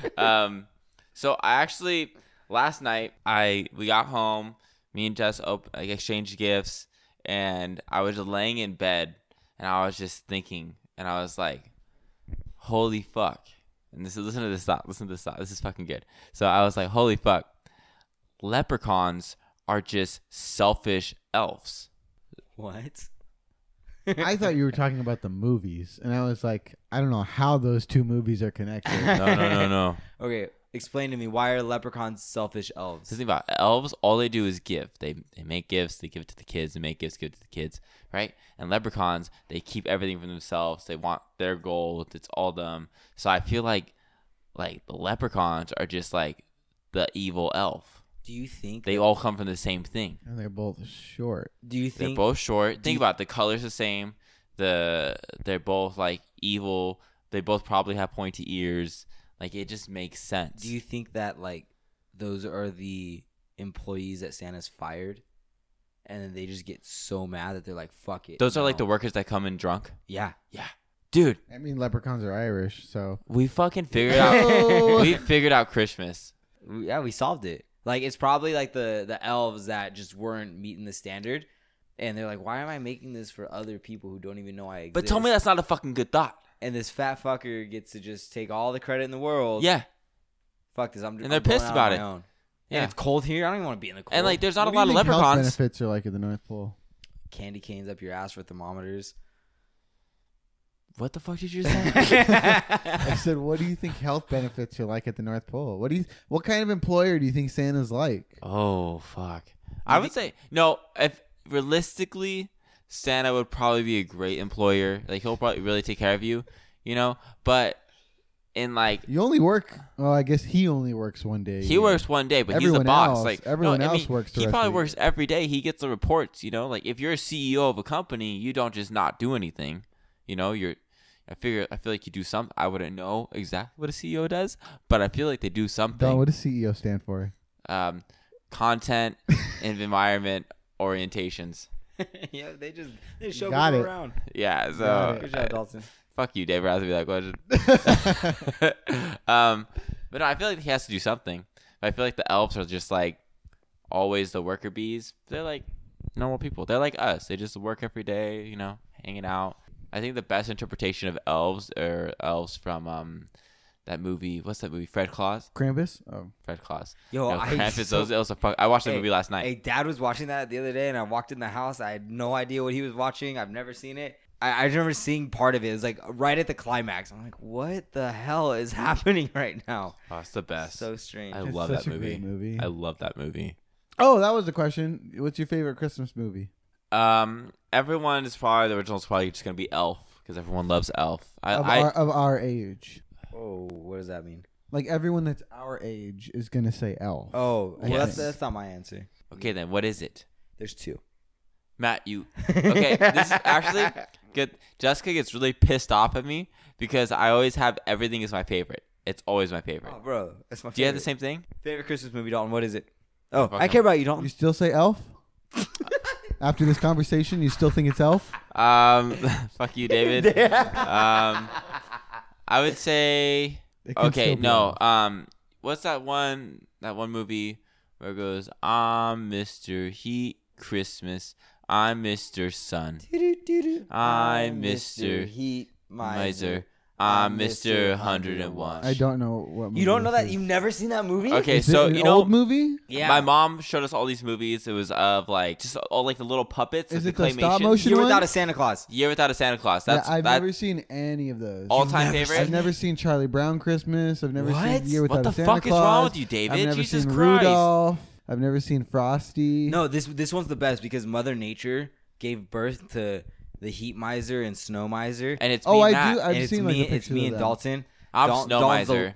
S3: um, so I actually last night I we got home. Me and Jess op- like exchanged gifts, and I was just laying in bed, and I was just thinking, and I was like, "Holy fuck!" And this listen to this thought. Listen to this thought. This is fucking good. So I was like, "Holy fuck!" Leprechauns are just selfish elves.
S2: What?
S1: I thought you were talking about the movies, and I was like, I don't know how those two movies are connected.
S3: No, no, no, no.
S2: Okay, explain to me why are leprechauns selfish
S3: So
S2: elves?
S3: think about it. elves. All they do is give. They they make gifts. They give it to the kids. They make gifts. Give it to the kids. Right. And leprechauns, they keep everything for themselves. They want their gold. It's all them. So I feel like like the leprechauns are just like the evil elf.
S2: Do you think
S3: They all come from the same thing.
S1: and they're both short.
S2: do you
S3: They're
S2: think
S3: both short.
S2: do
S3: Think
S2: you-
S3: about it. the colors the same. The they're both like evil. They both probably have pointy ears. Like it just makes sense.
S2: do you think that like those are the employees that Santa's fired? And then they just get so mad that they're like, fuck it.
S3: Those are like
S2: no.
S3: the workers that come in drunk.
S2: Yeah.
S3: Yeah, dude.
S1: I mean, leprechauns are Irish, so Oh.
S3: We fucking figured out. we figured out Christmas.
S2: We- Yeah, we solved it. Like it's probably like the the elves that just weren't meeting the standard, and they're like, "Why am I making this for other people who don't even know I exist?"
S3: But tell me that's not a fucking good thought.
S2: And this fat fucker gets to just take all the credit in the world.
S3: Yeah.
S2: Fuck this. I'm
S3: And they're pissed about it.
S2: Yeah.
S3: Yeah.
S2: And it's cold here. I don't even want to be in the cold.
S3: And like there's not
S1: What
S3: a
S1: do you
S3: lot
S1: think
S3: of
S1: health
S3: leprechauns.
S1: benefits are like at the North Pole.
S2: candy canes up your ass for thermometers.
S3: What the fuck did you
S1: I said, what do you think health benefits are like at the North Pole? What do you? What kind of employer do you think Santa's like?
S3: oh fuck. I would say no, if realistically Santa would probably be a great employer. Like he'll probably really take care of you, you know? But in like
S1: You only work. Well, I guess he only works one day. a
S3: He
S1: year.
S3: works one day, but he's
S1: Everyone
S3: the boss.
S1: else-
S3: like
S1: everyone
S3: no, I
S1: else
S3: mean,
S1: works the
S3: He
S1: rest
S3: probably
S1: of the
S3: works every day. He gets the reports. You know, like if you're a CEO of a company, you don't just not do anything. You know, you're. I figure. I feel like you do something. I wouldn't know exactly what a CEO does, but I feel like they do something.
S1: Don, what does CEO stand for?
S3: um, content and environment orientations.
S2: yeah, they just they show
S1: Got
S2: people
S1: it.
S2: around.
S3: Yeah.
S1: Got
S3: So
S1: it.
S2: Good job, Dalton.
S3: fuck you, Dave Raspberry, that question. um, but no, I feel like he has to do something. I feel like the elves are just like always the worker bees. They're like normal people. They're like us. They just work every day, you know, hanging out. I think the best interpretation of elves are elves from um that movie. What's that movie? Fred Claus.
S1: Krampus. Oh,
S3: Fred Claus.
S2: Yo,
S3: No,
S2: I
S3: Krampus.
S2: so-
S3: Those elves are fuck. I watched the
S2: Hey,
S3: movie last night.
S2: Hey, dad was watching that the other day, and I walked in the house. I had no idea what he was watching. I've never seen it. I, I remember seeing part of it. It was like right at the climax. I'm like, what the hell is happening right now?
S3: oh, it's the best.
S2: So strange.
S3: I
S1: It's
S3: love
S1: such
S3: that
S1: a
S3: movie.
S1: great movie.
S3: I love that movie.
S1: oh, that was the question. What's your favorite Christmas movie?
S3: Um, everyone is probably the original is probably just gonna be Elf because everyone loves Elf. I,
S1: Of,
S3: I
S1: our, of our age,
S2: oh, what does that mean?
S1: like everyone that's our age is gonna say Elf.
S2: Oh, well, that's,
S3: Yes.
S2: that's not my answer.
S3: okay then. What is it,
S2: There's two.
S3: Matt? You okay? this is actually good. Jessica gets really pissed off at me because I always have everything is my favorite. It's always my favorite.
S2: Oh, bro, that's my.
S3: Do you have
S2: favorite.
S3: the same thing?
S2: favorite Christmas movie, Dalton? What is it? Oh,
S3: Fuck
S2: I
S3: him.
S2: care about you,
S1: You
S2: Dalton.
S1: still say Elf? After this conversation, you still think it's Elf?
S3: Um, fuck you, David. um, I would say
S1: It can
S3: okay.
S1: still be
S3: No.
S1: Elf.
S3: Um, what's that one? That one movie where it goes, "I'm Mr. Heat, Christmas. I'm Mr. Sun. I'm Mr.
S2: Heat
S3: Miser. I'm Mr. 101."
S1: I don't know what. Movie
S2: You don't know
S1: this
S2: that?
S1: is.
S2: You've never seen that movie?
S3: Okay,
S1: Is
S3: so
S1: it an
S3: you know,
S1: old movie?
S2: Yeah.
S3: my mom showed us all these movies. It was of like just all like the little puppets.
S1: Is
S3: like,
S1: it the stop
S3: claymation.
S1: motion
S2: You're
S1: one?
S2: without a Santa Claus.
S3: Year without a Santa Claus. That's
S1: yeah, I've
S3: that
S1: never seen any of those.
S3: all-time
S2: never
S3: favorite.
S1: I've never seen Charlie Brown Christmas. I've never
S2: What?
S1: seen Year Without
S3: what the
S1: a Santa
S3: fuck
S1: Claus.
S3: is wrong with you,
S1: I've
S3: David?
S1: never
S3: Jesus
S1: seen
S3: Christ.
S1: Rudolph. I've never seen Frosty.
S2: No, this this one's the best because Mother Nature gave birth to the heat miser and snow miser.
S3: And it's
S1: Oh,
S3: me,
S1: I
S3: Matt.
S1: do. I've
S2: and it's
S1: seen
S2: me,
S1: like a
S2: it's
S1: picture
S2: me
S1: of
S2: and
S1: that.
S2: Dalton.
S3: I'm
S2: Dal-
S3: snow
S2: Dalton's the-
S3: miser.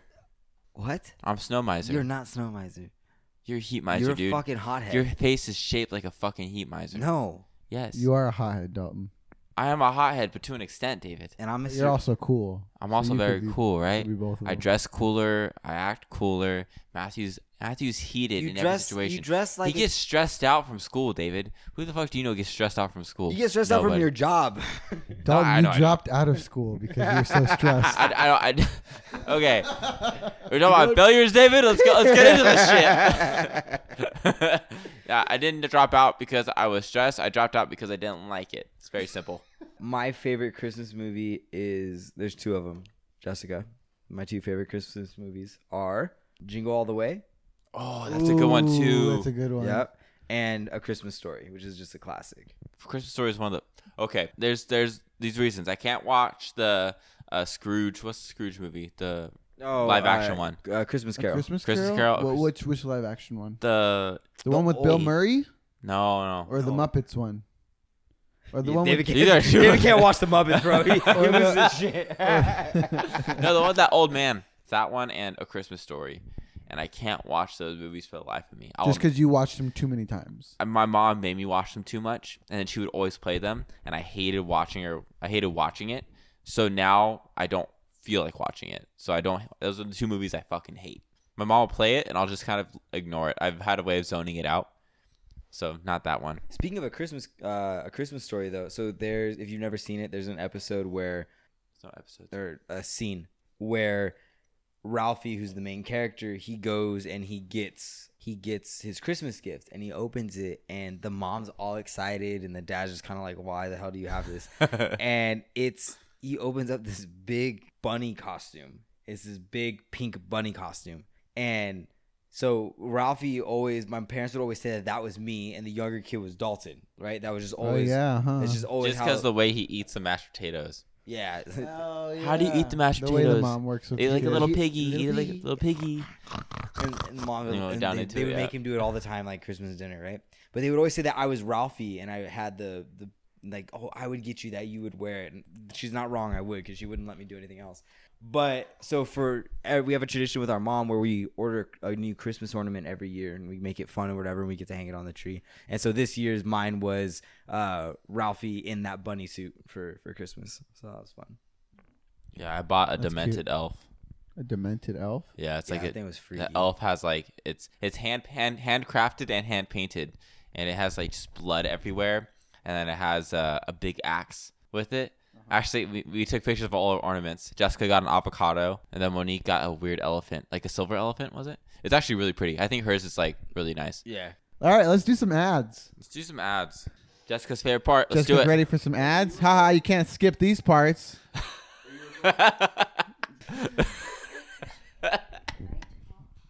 S2: What?
S3: I'm snow miser.
S2: You're
S3: You're,
S2: not snow miser.
S3: heat miser,
S2: You're a
S3: dude.
S2: fucking hothead.
S3: Your face is shaped like a fucking heat miser.
S2: no,
S3: Yes.
S1: You are a hothead, Dalton.
S3: I am a hothead, but to an extent, David.
S2: and I'm Mr.
S1: You're also cool.
S3: I'm
S1: So
S3: also
S1: you could
S3: very
S1: be-
S3: cool,
S1: could
S3: right?
S1: be both of
S3: I
S1: them.
S3: dress cooler. I act cooler. Matthew's Matthew's heated
S2: you
S3: in
S2: dress.
S3: every situation.
S2: You dress like
S3: he gets stressed out from school, David. Who the fuck do you know gets stressed out from school?
S2: you get stressed out from
S3: Nobody.
S2: your job.
S1: Dalton,
S3: I
S1: you
S3: know, I know.
S1: dropped out of school because you're so stressed.
S3: I, I, I, don't- I- okay. We're talking about failures, David. Let's go. Let's get into this shit. yeah, I didn't drop out because I was stressed. I dropped out because I didn't like it. It's very simple.
S2: my favorite Christmas movie is there's two of them. Jessica, my two favorite Christmas movies are Jingle All the Way.
S3: Oh, that's a good one
S1: Ooh,
S3: too.
S1: That's a good one.
S2: Yep. And A Christmas Story, which is just a classic.
S3: Christmas Story is one of the. Okay, there's there's these reasons I can't watch the uh, Scrooge. What's the Scrooge movie? The
S2: Oh,
S3: Live action one.
S2: Uh, Christmas
S1: A
S2: Carol.
S1: Christmas Carol.
S3: Christmas Carol.
S1: Wha- which which live action one?
S3: the
S1: The, one with Bill
S3: old-
S1: Murray
S3: No, no.
S1: or the
S2: No.
S1: Muppets one? Or the
S2: Yeah,
S1: one
S2: David,
S1: with
S3: These are
S2: can't,
S3: two-
S2: David can't watch the Muppets, bro. He, he
S1: Or the-
S2: loses his shit.
S3: no, the one with that old man. It's that one and A Christmas Story, and I can't watch those movies for the life of me. I'll
S1: just because you watched them too many times.
S3: And my mom made me watch them too much, and then she would always play them, and I hated watching her. I hated watching it. So now I don't feel like watching it. So I don't. Those are the two movies I fucking hate. My mom will play it, and I'll just kind of ignore it. I've had a way of zoning it out. So not that one.
S2: Speaking of a Christmas, uh, a Christmas story though. So there's, if you've never seen it, there's an episode where
S3: It's not episode.
S2: or a scene where Ralphie, who's the main character, he goes and he gets he gets his Christmas gift and he opens it and the mom's all excited and the dad's just kind of like, why the hell do you have this? and it's he opens up this big bunny costume. It's this big pink bunny costume, and so Ralphie always, my parents would always say that that was me, and the younger kid was Dalton, right? That was just always,
S1: oh yeah, huh?
S2: it's just always
S3: Just
S2: how,
S3: because the way he eats the mashed potatoes.
S2: yeah,
S3: Oh, How do you eat the mashed
S1: The way the
S3: potatoes?
S1: mom works with
S3: Eat
S1: the
S3: like a
S1: kids.
S3: little
S1: Eat-
S3: piggy. Eat like a
S1: piggy.
S3: little piggy.
S2: and, and mom would,
S3: You know,
S2: and
S3: down
S2: they,
S3: into
S2: they
S3: it,
S2: would
S3: yeah.
S2: make him do it all the time, like Christmas dinner, right? But they would always say that I was Ralphie, and I had the the like, oh, I would get you that, you would wear it. And she's not wrong, I would, because she wouldn't let me do anything else. But so for eh, we have a tradition with our mom where we order a new Christmas ornament every year, and we make it fun or whatever, and we get to hang it on the tree. And so this year's mine was uh, Ralphie in that bunny suit for for Christmas, so that was fun.
S3: Yeah, I bought a
S1: cute.
S3: demented elf.
S1: a demented elf.
S3: Yeah, it's
S2: Yeah,
S3: like
S2: that
S3: it,
S2: thing was freaky.
S3: the elf has like it's it's hand hand handcrafted and hand painted, and it has like just blood everywhere, and then it has uh, a big axe with it. Actually, we, we took pictures of all our ornaments. Jessica got an avocado, and then Monique got a weird elephant, like a silver elephant, was it? It's actually really pretty. I think hers is like really nice.
S2: Yeah,
S1: All right, let's do some ads.
S3: Let's do some ads. Jessica's favorite part. Let's
S1: Just get
S3: do it.
S1: ready for some ads. Haha, you can't skip these parts.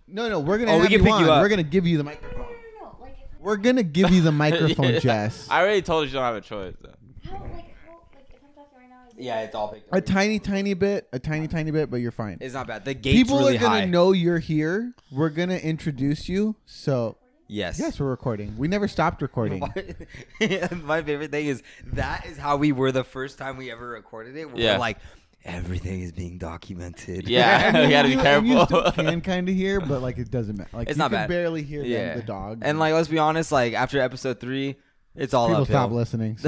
S1: No, no, we're gonna
S2: Oh, we
S1: have
S2: can
S1: you
S2: pick
S1: on.
S2: you up.
S1: We're gonna give you the microphone.
S5: no, no, like if
S1: We're gonna give you the microphone,
S3: Yeah.
S1: Jess.
S3: I already told you you don't have a choice. though.
S5: how, like how, like if I'm talking right now, is
S2: yeah, it's all picked
S1: A tiny, tiny bit, a tiny, tiny bit, but you're fine.
S2: It's not bad. The gate's
S1: People
S2: really
S1: are gonna
S2: high.
S1: know you're here. We're gonna introduce you. So
S2: yes.
S1: yes, we're recording. We never stopped recording.
S2: My favorite thing is that is how we were the first time we ever recorded it. We
S3: Yeah.
S2: We're like, everything is being documented.
S3: Yeah, you gotta be
S1: You- and You
S3: careful.
S1: still can kind of hear, but like it doesn't matter. Like
S2: It's
S1: you
S2: not
S1: can
S2: bad.
S1: barely hear them,
S2: Yeah.
S1: the dog.
S2: and like, let's be honest, like after episode three, it's all
S1: people stop
S2: uphill.
S1: listening.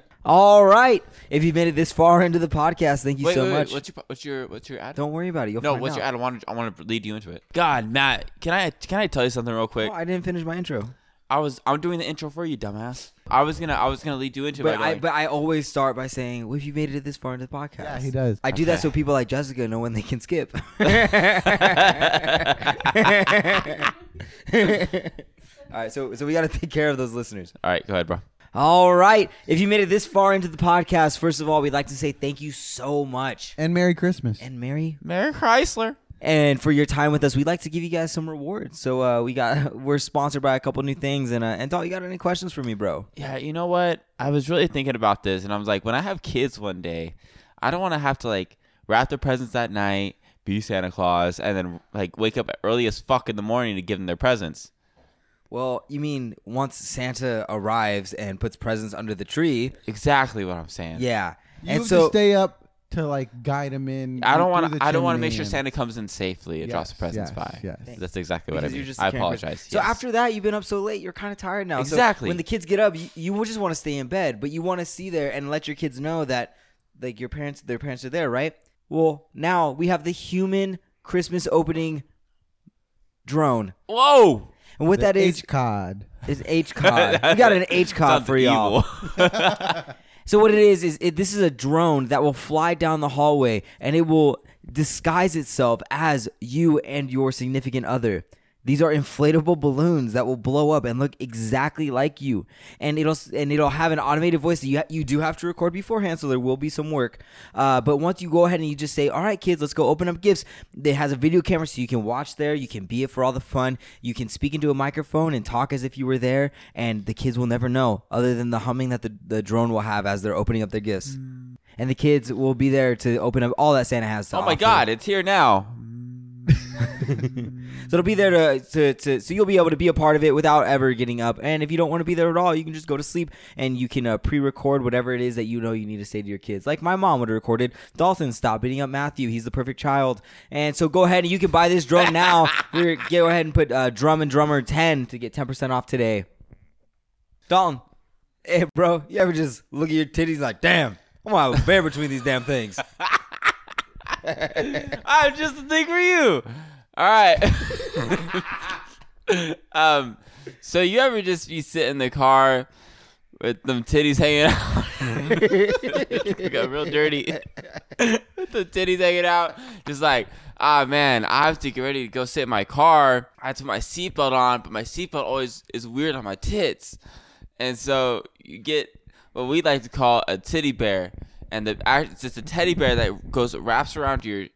S1: So.
S2: all right. If you made it this far into the podcast, thank you
S3: Wait,
S2: so
S3: wait, wait,
S2: much.
S3: What's your what's your what's your ad?
S2: Don't worry about it. You'll
S3: No,
S2: find
S3: what's your
S2: out.
S3: ad? I want to, I want to lead you into it. God, Matt, can I can I tell you something real quick?
S2: Oh, I didn't finish my intro,
S3: I was I'm doing the intro for you, dumbass. I was gonna I was gonna lead you into it.
S2: but
S3: by
S2: I
S3: going,
S2: but I always start by saying, well, "If you made it this far into the podcast,
S1: yeah, he does.
S2: I do that
S3: Okay.
S2: so people like Jessica know when they can skip. All right, so so we got to take care of those listeners.
S3: all right, go ahead, bro.
S2: All right, if you made it this far into the podcast, first of all, we'd like to say thank you so much.
S1: And Merry Christmas.
S2: And Mary,
S3: Mary Chrysler.
S2: and for your time with us, we'd like to give you guys some rewards. So uh, we got we're sponsored by a couple new things, and uh, and Dal, you got any questions for me, bro?
S3: Yeah, you know what? I was really thinking about this, and I was like, when I have kids one day, I don't want to have to like wrap their presents that night, be Santa Claus, and then like wake up early as fuck in the morning to give them their presents.
S2: Well, you mean once Santa arrives and puts presents under the tree?
S3: Exactly what I'm saying.
S2: Yeah,
S1: You
S2: and
S1: have
S2: so
S1: to stay up to like guide him in.
S3: I don't
S1: through
S3: want to.
S1: the
S3: I don't want to make
S1: chimney
S3: sure
S1: and-
S3: Santa comes in safely and drops the
S1: Yes,
S3: presents
S1: yes,
S3: by.
S1: yes.
S3: That's exactly what I
S2: Because
S3: mean.
S2: you're just
S3: I
S2: carrying Christmas.
S3: apologize.
S2: So
S3: yes.
S2: after that, you've been up so late, you're kind of tired now. So
S3: Exactly.
S2: when the kids get up, you, you will just want to stay in bed, but you want to see there and let your kids know that like your parents, their parents are there, right? Well, now we have the human Christmas opening drone,
S3: whoa,
S2: and what that is
S1: H cod.
S2: is H cod. we got an H cod for y'all. So what it is is it, this is a drone that will fly down the hallway and it will disguise itself as you and your significant other. These are inflatable balloons that will blow up and look exactly like you, and it'll s- and it'll have an automated voice that you ha- you do have to record beforehand, so there will be some work. Uh, but once you go ahead and you just say, "All right, kids, let's go open up gifts," it has a video camera so you can watch there, you can be it for all the fun, you can speak into a microphone and talk as if you were there, and the kids will never know other than the humming that the, the drone will have as they're opening up their gifts. And the kids will be there to open up all that Santa has to
S3: oh my
S2: offer.
S3: god, it's here now.
S2: So it'll be there to, to, to so you'll be able to be a part of it without ever getting up. And if you don't want to be there at all, you can just go to sleep and you can uh, pre-record whatever it is that you know you need to say to your kids. Like my mom would have recorded, Dalton, stop beating up Matthew. He's the perfect child. And so go ahead and you can buy this drum now. We're, go ahead and put uh, drum and drummer 10 to get 10% off today. Dalton, hey bro, you ever just look at your titties like, damn, I'm gonna have a bear between these damn things.
S3: I have just a thing for you. All right. um, so you ever just be sitting in the car with them titties hanging out? It got real dirty. with the titties hanging out, just like ah man, I have to get ready to go sit in my car. I have to put my seatbelt on, but my seatbelt always is weird on my tits. And so you get what we like to call a titty bear. And the act- it's just a teddy bear that goes wraps around your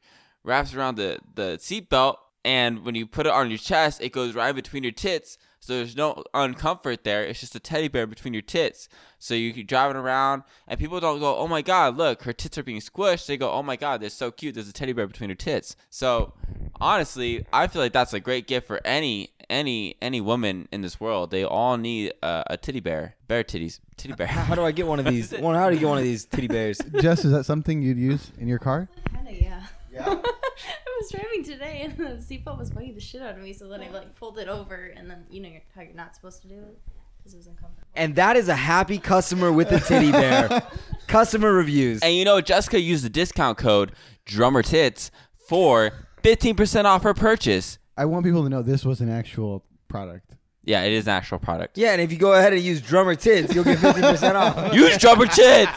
S3: wraps around the, the seatbelt and when you put it on your chest it goes right between your tits. So there's no uncomfort there. It's just a teddy bear between your tits. So you keep driving around and people don't go, Oh my god, look, her tits are being squished. They go, Oh my god, they're so cute. There's a teddy bear between her tits. So honestly, I feel like that's a great gift for any any any woman in this world. They all need uh, a titty bear. Bear titties. Titty bear.
S2: How do I get one of these? Well, how do you get one of these titty bears?
S1: Jess, is that something you'd use in your car?
S6: Kinda, yeah. Yeah. I was driving today and the seatbelt was bugging the shit out of me, so then I like pulled it over, and then you know you're, how you're not supposed to do it because it was uncomfortable.
S2: And that is a happy customer with a titty bear. customer reviews.
S3: And you know, Jessica used the discount code drummer tits for fifteen percent off her purchase.
S1: I want people to know this was an actual product.
S3: Yeah, it is an actual product.
S2: yeah, and if you go ahead and use drummer tits, you'll get 50% off.
S3: Use drummer tits.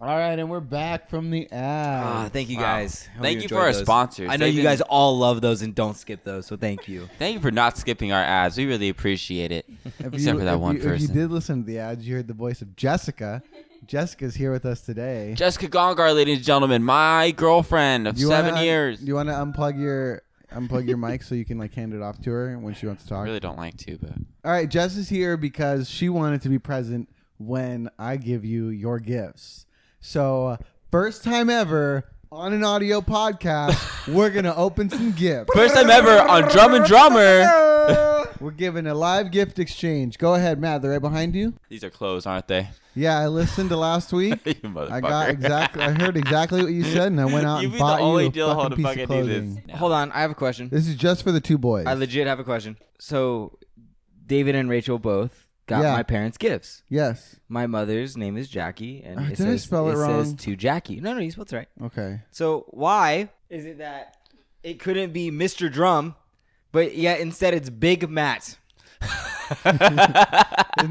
S1: All right, and we're back from the
S2: Ah,
S1: ad.
S2: thank you
S3: Wow.
S2: guys. Hope
S3: Thank
S2: you
S3: you for
S2: enjoyed
S3: our
S2: those.
S3: sponsors.
S2: I know
S3: They've
S2: you
S3: been-
S2: guys all love those and don't skip those, so thank you.
S3: Thank you for not skipping our ads. We really appreciate it.
S1: If
S3: Except for that
S1: if
S3: one
S1: you, If
S3: person.
S1: you did listen to the ads, you heard the voice of Jessica. Jessica's here with us today.
S3: Jessica Gongar, ladies and gentlemen, my girlfriend of
S1: Do you wanna
S3: 7
S1: un-
S3: years.
S1: Do you want to unplug your unplug your mic so you can like hand it off to her when she wants to
S3: I
S1: talk?
S3: really don't like to, but
S1: All right, Jess is here because she wanted to be present when I give you your gifts. So, uh, first time ever on an audio podcast, we're gonna open some gifts.
S3: first time ever on Drum and Drummer.
S1: We're giving a live gift exchange. Go ahead, Matt. They're right behind you.
S3: These are clothes, aren't they?
S1: Yeah, I listened to last week.
S3: you motherfucker.
S1: I got exactly. I heard exactly what you said, and I went out
S3: You
S1: and
S3: be the
S1: bought
S3: only
S1: you a
S3: deal how
S1: fucking
S3: to
S1: piece
S3: fucking
S1: of
S3: do this.
S1: clothing.
S2: Hold on, I have a question.
S1: This is just for the two boys.
S2: I legit have a question. So, David and Rachel both got
S1: Yeah.
S2: my parents' gifts.
S1: yes.
S2: My mother's name is Jackie, and
S1: Uh,
S2: it
S1: did I
S2: says,
S1: spell it
S2: says
S1: wrong?
S2: to Jackie. No, no, you spelled it right.
S1: Okay.
S2: So why is it that it couldn't be Mr. Drum, but yet instead it's Big Matt?
S1: Isn't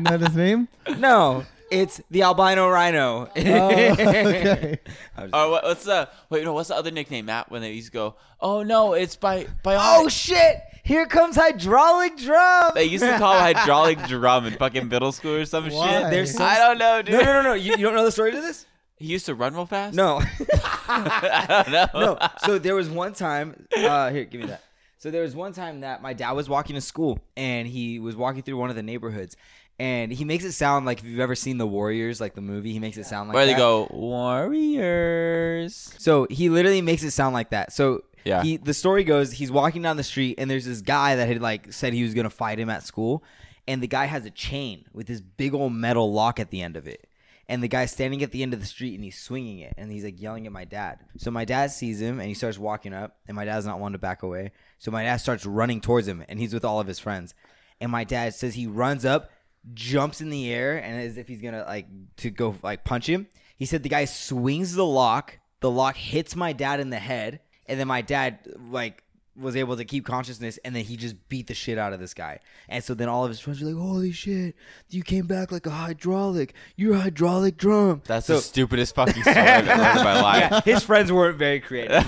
S1: that his name?
S2: No, it's the albino rhino.
S1: Oh, okay.
S3: Oh, what, what's the wait? No, what's the other nickname, Matt? When they used to go, oh no, it's by by.
S2: oh shit! Here comes hydraulic drum.
S3: They used to call it hydraulic drum in fucking middle school or some
S1: Why?
S3: shit.
S1: There's
S2: some-
S3: I don't know, dude.
S2: No, no, no, no. You, you don't know the story to this?
S3: He used to run real fast.
S2: No.
S3: I don't know.
S2: no. So there was one time. Uh, here, give me that. So there was one time that my dad was walking to school and he was walking through one of the neighborhoods, and he makes it sound like if you've ever seen The Warriors, like the movie, he makes it sound like
S3: Where they
S2: that.
S3: go, warriors.
S2: So he literally makes it sound like that. So
S3: Yeah.
S2: he the story goes he's walking down the street and there's this guy that had like said he was gonna fight him at school, and the guy has a chain with this big old metal lock at the end of it. And the guy's standing at the end of the street and he's swinging it and he's like yelling at my dad. So my dad sees him and he starts walking up and my dad's not one to back away. So my dad starts running towards him and he's with all of his friends. And my dad says he runs up, jumps in the air and as if he's gonna like to go like punch him. He said the guy swings the lock, the lock hits my dad in the head, and then my dad like was able to keep consciousness and then he just beat the shit out of this guy. And so then all of his friends were like, Holy shit, you came back like a hydraulic. You're a hydraulic drum.
S3: That's
S2: so
S3: the stupidest fucking story I've ever heard in my
S2: yeah,
S3: life.
S2: his friends weren't very creative.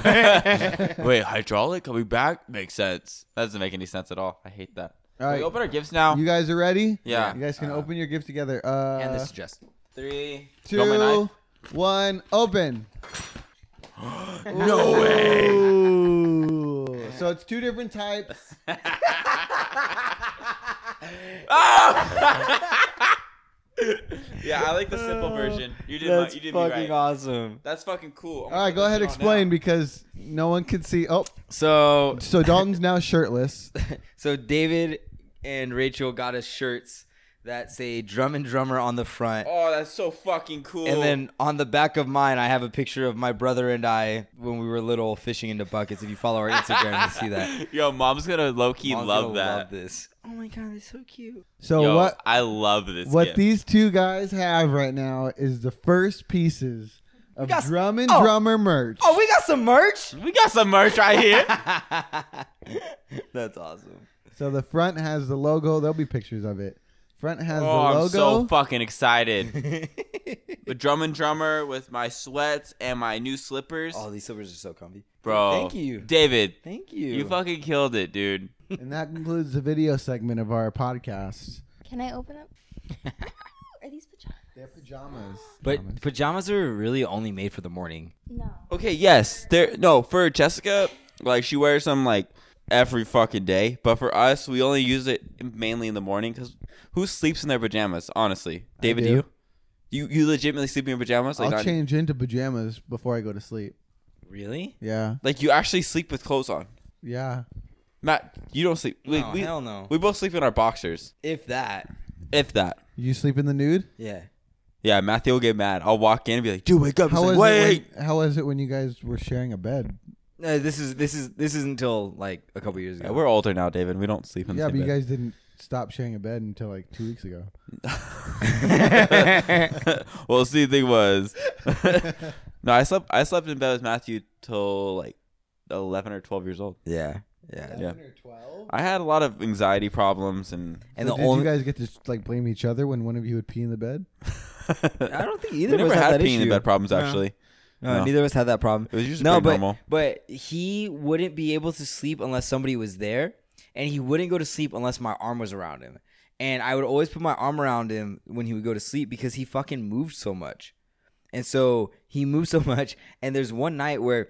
S3: Wait, hydraulic coming back makes sense. That doesn't make any sense at all. I hate that.
S1: All
S3: Can
S1: right.
S3: we open our gifts now.
S1: You guys are ready?
S3: Yeah.
S1: You guys can open your gift together. Uh,
S2: and this is just
S3: Three,
S1: two,
S3: Got my knife?
S1: one, open. no way. So it's two different types.
S3: Yeah, I like the
S1: Uh,
S3: simple version. You did, my, you did me right.
S2: awesome.
S3: That's fucking cool. I'm
S1: All right,
S3: gonna
S1: go ahead
S3: put it on
S1: explain because no one can see. Oh,
S2: So
S1: so Dalton's now shirtless.
S2: so David and Rachel got us shirts that say drum and drummer on the front.
S3: now. Oh, that's so fucking cool.
S2: And then on the back of mine, I have a picture of my brother and I when we were little fishing into buckets. If you follow our Instagram, you see that.
S3: Yo, mom's gonna low key
S2: Mom's
S3: love
S2: gonna
S3: that.
S2: Love this. Oh my god, it's so cute.
S1: So
S3: Yo,
S1: what?
S3: I love this.
S1: What
S3: gift.
S1: these two guys have right now is the first pieces of
S2: got s-
S1: drum and
S2: oh.
S1: drummer merch.
S2: Oh, we got some merch.
S3: We got some merch right here.
S2: That's awesome.
S1: So the front has the logo. There'll be pictures of it. Front has
S3: oh,
S1: the logo.
S3: I'm so fucking excited. The drum and drummer with my sweats and my new slippers.
S2: oh, these slippers are so comfy.
S3: bro.
S2: Thank you.
S3: David.
S2: Thank you.
S3: You fucking killed it, dude.
S1: and that concludes the video segment of our podcast.
S6: Can I open up? Are these pajamas?
S1: They're pajamas.
S2: But pajamas are really only made for the morning.
S6: No.
S3: Okay, yes. There no, for Jessica, like she wears them like every fucking day, but for us, we only use it mainly in the morning cuz who sleeps in their pajamas, honestly? David, do.
S1: do.
S3: you? You you legitimately sleep in your pajamas? Like
S1: I'll
S3: not-
S1: change into pajamas before I go to sleep.
S2: Really?
S1: Yeah,
S3: like you actually sleep with clothes on.
S1: yeah.
S3: Matt, you don't sleep. We,
S2: No,
S3: we,
S2: Oh, hell no.
S3: We both sleep in our boxers,
S2: If that.
S3: if that.
S1: You sleep in the nude?
S2: Yeah.
S3: Yeah, Matthew will get mad. I'll walk in and be like, "Dude, wake up!" He's
S1: How
S3: like,
S1: was
S3: "Wait."
S1: it? When, how was it when you guys were sharing a bed?
S2: No, this is this is this is until like a couple years ago.
S3: Yeah, we're older now, David. We don't sleep in the
S1: Yeah, but
S3: same
S1: you
S3: bed.
S1: guys didn't stop sharing a bed until like two weeks ago.
S3: well, see, the thing was, no, I slept. I slept in bed with Matthew till like eleven or twelve years old.
S2: yeah. Yeah.
S3: Yeah.
S1: or twelve.
S3: I had a lot of anxiety problems, and
S2: And
S1: so
S2: the
S1: did
S2: only
S1: you guys get to like blame each other when one of you would pee in the bed?
S2: I don't think either
S3: we
S2: of us
S3: never
S2: had
S3: had
S2: that
S3: peeing in
S2: issue.
S3: the bed problems.
S2: No.
S3: Actually,
S2: No,
S3: No.
S2: neither of us had that problem.
S3: it was just
S2: no,
S3: pretty
S2: but
S3: normal.
S2: but he wouldn't be able to sleep unless somebody was there, and he wouldn't go to sleep unless my arm was around him. And I would always put my arm around him when he would go to sleep because he fucking moved so much, and so he moved so much. And there's one night where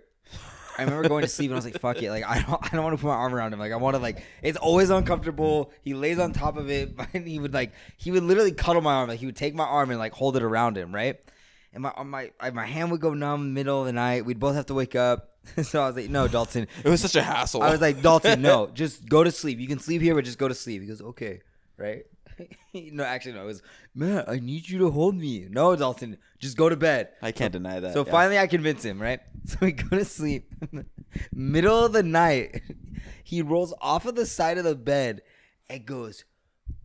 S2: I remember going to sleep and I was like, "Fuck it!" Like I don't, I don't want to put my arm around him. Like I want to like it's always uncomfortable. He lays on top of it, but he would like he would literally cuddle my arm. Like he would take my arm and like hold it around him, right? And my my I- my hand would go numb in the middle of the night. We'd both have to wake up. so I was like, "No, Dalton."
S3: It was such a hassle.
S2: I was like, "Dalton, no, just go to sleep. You can sleep here, but just go to sleep." He goes, "Okay, right." no, actually, no. It was, man, I need you to hold me. No, Dalton, just go to bed.
S3: I can't deny that.
S2: So
S3: yeah.
S2: finally, I convince him, right? So we go to sleep. Middle of the night, he rolls off of the side of the bed and goes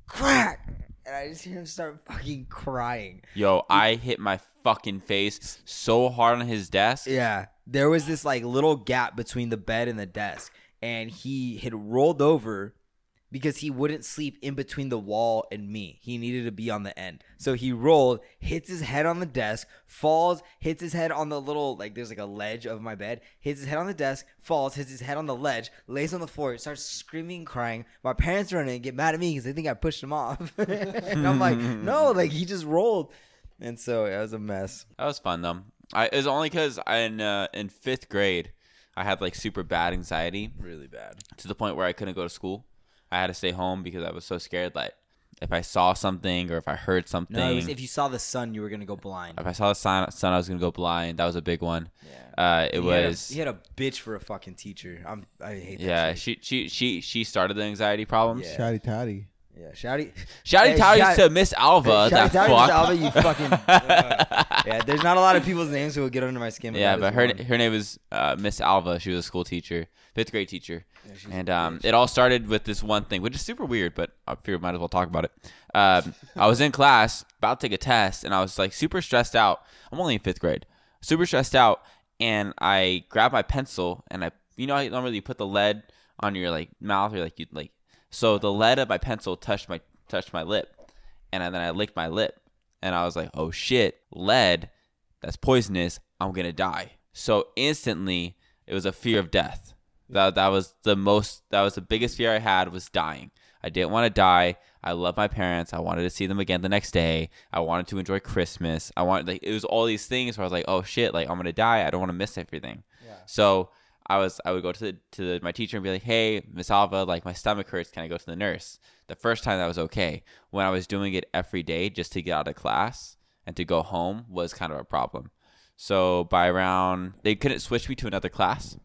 S2: crack. And I just hear him start fucking crying.
S3: yo, I hit my fucking face so hard on his desk.
S2: Yeah. There was this like little gap between the bed and the desk. And he had rolled over because he wouldn't sleep in between the wall and me. He needed to be on the end. So he rolled, hits his head on the desk, falls, hits his head on the little like there's like a ledge of my bed, hits his head on the desk, falls, hits his head on the ledge, lays on the floor, starts screaming, crying. My parents run in and get mad at me because they think I pushed him off. and I'm like, no, like he just rolled. And so it was a mess.
S3: That was fun though. I, it was only because in uh, in fifth grade, I had like super bad anxiety
S2: Really bad.
S3: to the point where I couldn't go to school. I had to stay home because I was so scared. Like if I saw something or if I heard something,
S2: No, it was if
S3: if,
S2: you saw the sun, you were gonna go blind.
S3: I saw the sign, sun, I was gonna go blind. That was a big one.
S2: Yeah.
S3: Uh,
S2: he
S3: it was
S2: Had a, he had a bitch for a fucking teacher. I'm. I hate that.
S3: yeah.
S2: shit.
S3: She she she she started the anxiety problems.
S2: Yeah.
S1: Shouty tatty.
S2: Yeah. Shouty.
S3: Shout
S2: Hey,
S3: out
S2: shout-
S3: to Miss Alva.
S2: Hey,
S3: that
S2: shout
S3: fuck.
S2: out to Miss Alva, you fucking- Yeah. There's not a lot of people's names who will get under my skin.
S3: Yeah,
S2: that
S3: but
S2: is
S3: her
S2: one.
S3: her name was uh, Miss Alva. She was a school teacher, fifth grade teacher,
S2: she's
S3: and um, it all started with this one thing, which is super weird, but I figured might as well talk about it. Um, I was in class about to take a test, and I was like super stressed out. I'm only in fifth grade, super stressed out, and I grabbed my pencil and I, you know, I normally you put the lead on your like mouth or like you like, so the lead of my pencil touched my touched my lip, and then I licked my lip, and I was like, oh shit, lead that's poisonous. I'm gonna die. So instantly, it was a fear of death. That that was the most. That was the biggest fear I had was dying. I didn't want to die. I love my parents. I wanted to see them again the next day. I wanted to enjoy Christmas. I wanted like it was all these things where I was like, oh shit, like I'm gonna die. I don't want to miss everything. So I was I would go to the, to the, my teacher and be like, "Hey, Miss Alva, like my stomach hurts. Can I go to the nurse?" The first time that was okay. When I was doing it every day just to get out of class and to go home was kind of a problem. So by around they couldn't switch me to another class,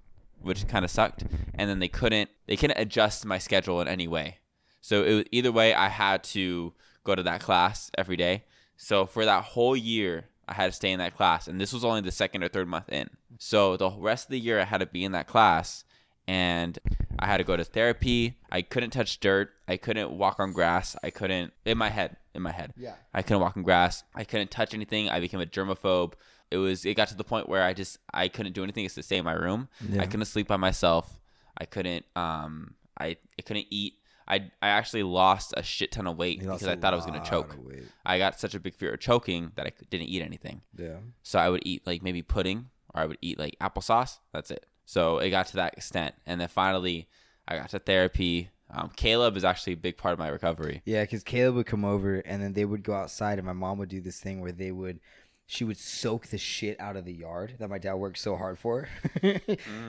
S3: which kind of sucked. And then they couldn't they couldn't adjust my schedule in any way. So it was, either way, I had to go to that class every day. So for that whole year, I had to stay in that class, and this was only the second or third month in. So the rest of the year, I had to be in that class, and I had to go to therapy. I couldn't touch dirt. I couldn't walk on grass. I couldn't in my head. In my head.
S1: Yeah.
S3: I couldn't walk on grass. I couldn't touch anything. I became a germaphobe. It was. It got to the point where I just I couldn't do anything except stay in my room. I couldn't sleep by myself. I couldn't. Um. I I couldn't eat. I I actually lost a shit ton of weight
S2: He lost
S3: because
S2: a
S3: I thought I was gonna
S2: lot
S3: choke.
S2: of weight.
S3: I got such a big fear of choking that I c- didn't eat anything.
S2: Yeah.
S3: So I would eat like maybe pudding or I would eat like applesauce. That's it. So it got to that extent, and then finally, I got to therapy. Um, Caleb is actually a big part of my recovery.
S2: Yeah, because Caleb would come over and then they would go outside, and my mom would do this thing where they would, she would soak the shit out of the yard that my dad worked so hard for.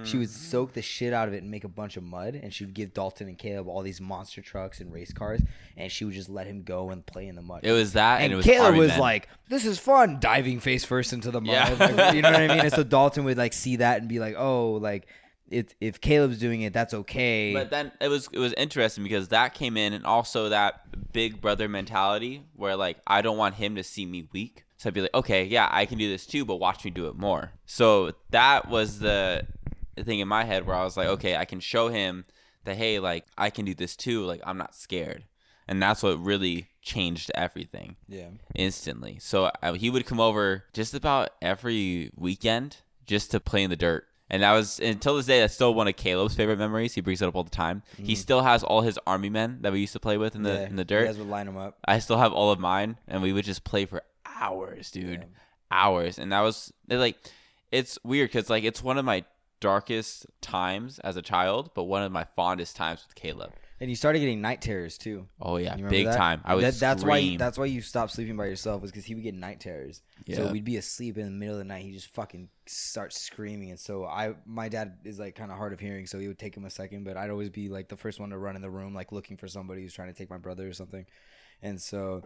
S2: She
S3: Mm.
S2: would soak the shit out of it and make a bunch of mud, and she would give Dalton and Caleb all these monster trucks and race cars, and she would just let him go and play in the mud.
S3: It was that, and,
S2: and
S3: it was
S2: Caleb
S3: Army
S2: was
S3: men.
S2: like, "This is fun," diving face first into the mud.
S3: Yeah.
S2: like, you know what I mean? And so Dalton would like see that and be like, "Oh, like if if Caleb's doing it, that's okay."
S3: But then it was it was interesting because that came in and also that big brother mentality where like I don't want him to see me weak. So I'd be like, okay, yeah, I can do this too, but watch me do it more. So that was the the thing in my head where I was like, okay, I can show him that hey, like I can do this too, like I'm not scared. And that's what really changed everything
S2: yeah,
S3: instantly. So I, he would come over just about every weekend just to play in the dirt. And that was until this day. That's still one of Caleb's favorite memories. He brings it up all the time. He still has all his army men that we used to play with in the
S2: Mm-hmm. yeah.
S3: in the
S2: You
S3: dirt.
S2: guys would line them up.
S3: I still have all of mine, and we would just play for hours, dude,
S2: Yeah.
S3: hours. And that was it, like, it's weird because like it's one of my darkest times as a child, but one of my fondest times with Caleb.
S2: And you started getting night terrors too.
S3: Oh yeah,
S2: You remember
S3: big
S2: that?
S3: time. I would
S2: That- that's why
S3: scream.
S2: that's why you stopped sleeping by yourself was because he would get night terrors.
S3: Yeah.
S2: So we'd be asleep in the middle of the night. He just fucking starts screaming, and so I my dad is like kind of hard of hearing, so it would take him a second. But I'd always be like the first one to run in the room, like looking for somebody who's trying to take my brother or something. And so,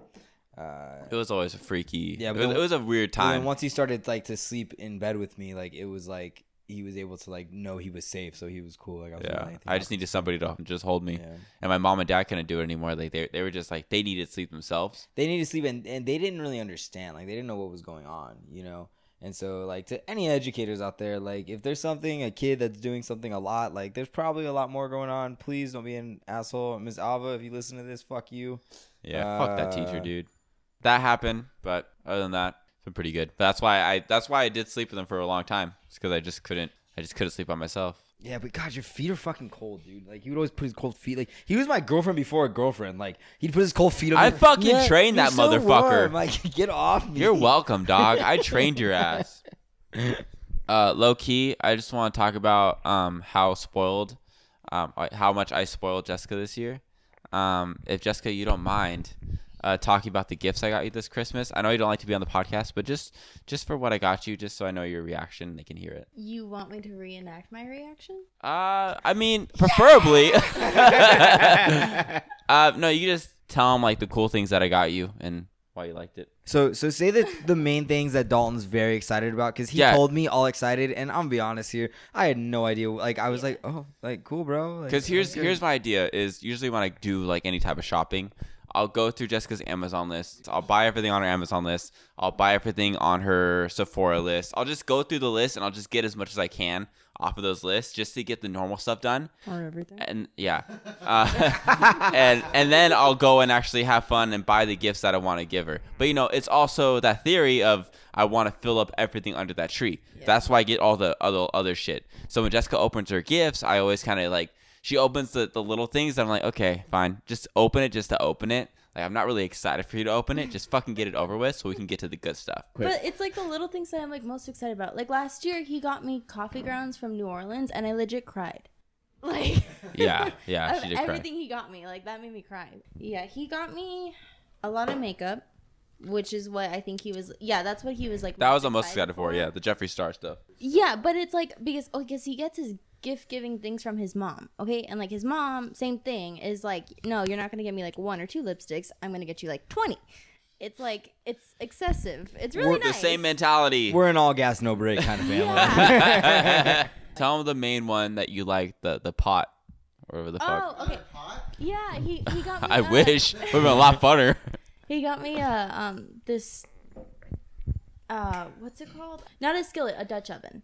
S2: uh,
S3: It was always a freaky.
S2: Yeah,
S3: Yeah,
S2: but
S3: it was,
S2: then-
S3: it was a weird
S2: but then
S3: time.
S2: once he started like to sleep in bed with me, like it was like he was able to like know he was safe, so he was cool. Like I was doing
S3: yeah,
S2: anything
S3: I
S2: else.
S3: just needed somebody to just hold me,
S2: Yeah.
S3: and my mom and dad couldn't do it anymore. Like they, they were just like they needed sleep themselves.
S2: they needed sleep and, and they didn't really understand like they didn't know what was going on you know and so like to any educators out there like if there's something a kid that's doing something a lot like there's probably a lot more going on please don't be an asshole ms alva if you listen to this fuck you
S3: Yeah, fuck that teacher,
S2: Uh,
S3: dude. That happened, but other than that, it's been pretty good. That's why I that's why I did sleep with them for a long time. It's because I just couldn't I just couldn't sleep by myself.
S2: yeah but god your feet are fucking cold dude like he would always put his cold feet like he was my girlfriend before a girlfriend like he'd put his cold feet on
S3: I
S2: me.
S3: fucking trained
S2: you're
S3: that
S2: so
S3: motherfucker.
S2: warm. like get off me
S3: You're welcome, dog. I trained your ass. Uh, low key, I just want to talk about um how spoiled, um I- how much I spoiled Jessica this year. Um, if Jessica, you don't mind, uh, talking about the gifts I got you this Christmas. I know you don't like to be on the podcast, but just just for what I got you, just so I know your reaction, they can hear it.
S6: You want me to reenact my reaction?
S3: Uh, I mean, preferably. uh, no, you just tell them like the cool things that I got you and why you liked it.
S2: So so say the the main things that Dalton's very excited about because he
S3: Yeah.
S2: told me all excited and I'm gonna be honest here I had no idea like I was like oh like cool bro like,
S3: Because here's
S2: okay.
S3: here's my idea is usually when I do like any type of shopping, I'll go through Jessica's Amazon list. I'll buy everything on her Amazon list. I'll buy everything on her Sephora list. I'll just go through the list and I'll just get as much as I can off of those lists just to get the normal stuff done.
S6: Or everything?
S3: And yeah, uh, and and then I'll go and actually have fun and buy the gifts that I want to give her. But you know, it's also that theory of I want to fill up everything under that tree. That's why I get all the other other shit. So when Jessica opens her gifts, I always kind of like she opens the the little things. I'm like, okay, fine, just open it, just to open it. Like I'm not really excited for you to open it. Just fucking get it over with, so we can get to the good stuff.
S6: But it's like the little things that I'm like most excited about. Like last year, he got me coffee grounds from New Orleans, and I legit cried. Like
S3: Yeah, yeah,
S6: of
S3: she did cry.
S6: everything he got me, like that made me cry. Yeah, he got me a lot of makeup, which is what I think he was. Yeah, that's what he was like.
S3: That was the most excited for. Yeah, the Jeffree Star stuff.
S6: Yeah, but it's like because oh, because he gets his gift giving things from his mom, okay, and like his mom, same thing is like, no, you're not gonna get me like one or two lipsticks. I'm gonna get you like twenty. It's like it's excessive. It's really
S3: We're
S6: nice.
S3: the same mentality.
S2: we're an all gas no break kind of family
S6: Yeah.
S3: Tell him the main one that you like, the the pot, or whatever the fuck.
S6: Oh, okay. Yeah, he, he got me.
S3: I
S6: a-
S3: wish would have been a lot funner.
S6: he got me a um this uh what's it called? Not a skillet, a Dutch oven.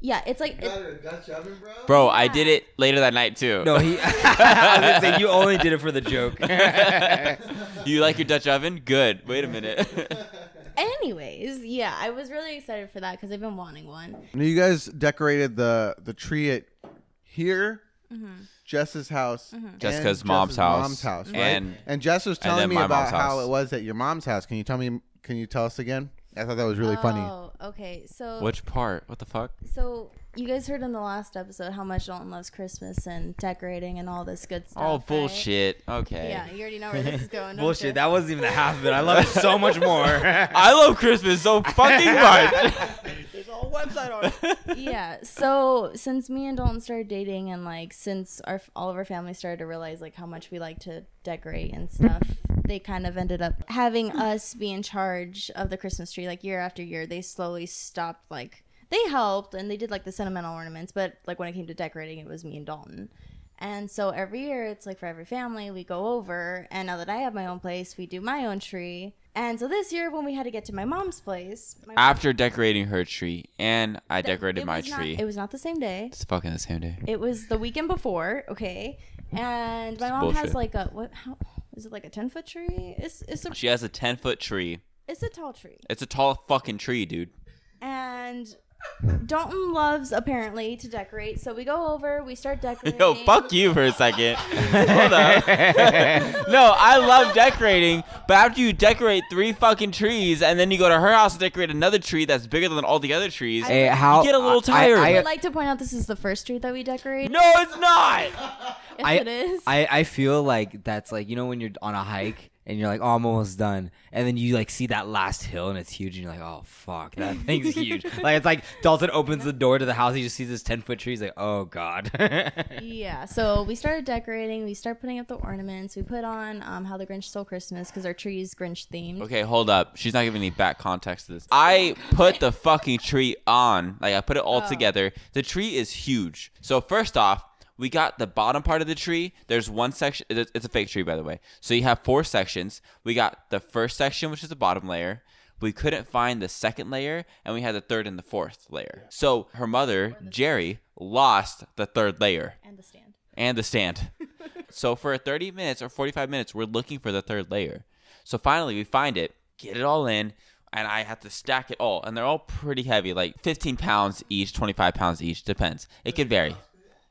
S6: Yeah, it's like it,
S3: Bro, I did it later that night too.
S2: no he I was gonna say you only did it for the joke
S3: you like your Dutch oven? Good. Wait a minute.
S6: anyways. Yeah, I was really excited for that because I've been wanting one.
S1: Now you guys decorated the the tree at here, Jess's house, and
S3: Jessica's mom's house.
S1: mom's house, right?
S3: And-
S1: And Jess was
S3: then
S1: telling me
S3: my
S1: about
S3: mom's
S1: how
S3: house.
S1: it was at your mom's house. Can you tell me? Can you tell us again? I thought that was really funny.
S6: Oh, okay. So
S3: Which part? What the fuck?
S6: so you guys heard in the last episode how much Dalton loves Christmas and decorating and all this good stuff.
S3: Oh
S6: right?
S3: bullshit. Okay.
S6: Yeah, you already know where this is going. don't you?
S2: Bullshit. That wasn't even the half of it. I love it so much more.
S3: I love Christmas so fucking much.
S2: There's a whole website on it.
S6: yeah. So since me and Dalton started dating, and like since our all of our family started to realize like how much we like to decorate and stuff, they kind of ended up having us be in charge of the Christmas tree. Like year after year, they slowly stopped. Like they helped and they did like the sentimental ornaments, but like when it came to decorating, it was me and Dalton. And so every year, it's like for every family, we go over. And now that I have my own place, we do my own tree. And so this year, when we had to get to my mom's place, my
S3: After decorating her tree, and I decorated
S6: it
S3: my
S6: was not-
S3: tree.
S6: it was not the same day.
S3: it's fucking the same day.
S6: It was the weekend before, okay. And my mom
S3: bullshit.
S6: has like a what? How is it like a ten foot tree? It's it's a
S3: She has a ten foot tree.
S6: it's a tall tree.
S3: It's a tall fucking tree, dude.
S6: And Dalton loves apparently to decorate, so we go over, we start decorating.
S3: Yo, fuck you for a second. Hold up. no, I love decorating, but after you decorate three fucking trees and then you go to her house to decorate another tree that's bigger than all the other trees,
S2: Hey, Eh, how
S3: you get a little
S2: I-
S3: tired.
S6: I
S2: I, uh,
S6: would like to point out this is the first tree that we decorate.
S3: no, it's not.
S6: yes,
S2: I-
S6: it is.
S2: I, I feel like that's like you know when you're on a hike and you're like oh, I'm almost done, and then you like see that last hill and it's huge, and you're like oh fuck that thing's huge. like it's like Dalton opens the door to the house, he just sees this ten foot tree, he's like oh god.
S6: yeah, so we started decorating. We start putting up the ornaments. We put on um, "How the Grinch Stole Christmas" because our tree is Grinch themed.
S3: Okay, hold up. She's not giving any back context to this. I put the fucking tree on. Like I put it all together. The tree is huge. So first off, we got the bottom part of the tree. There's one section. It's it's a fake tree, by the way. So you have four sections. We got the first section, which is the bottom layer. We couldn't find the second layer, and we had the third and the fourth layer. So her mother, Jerry, lost the third layer
S6: And the stand.
S3: and the stand. so for 30 minutes or 45 minutes, we're looking for the third layer. So finally, we find it, get it all in, and I have to stack it all. And they're all pretty heavy, like 15 pounds each, 25 pounds each, depends. It could vary.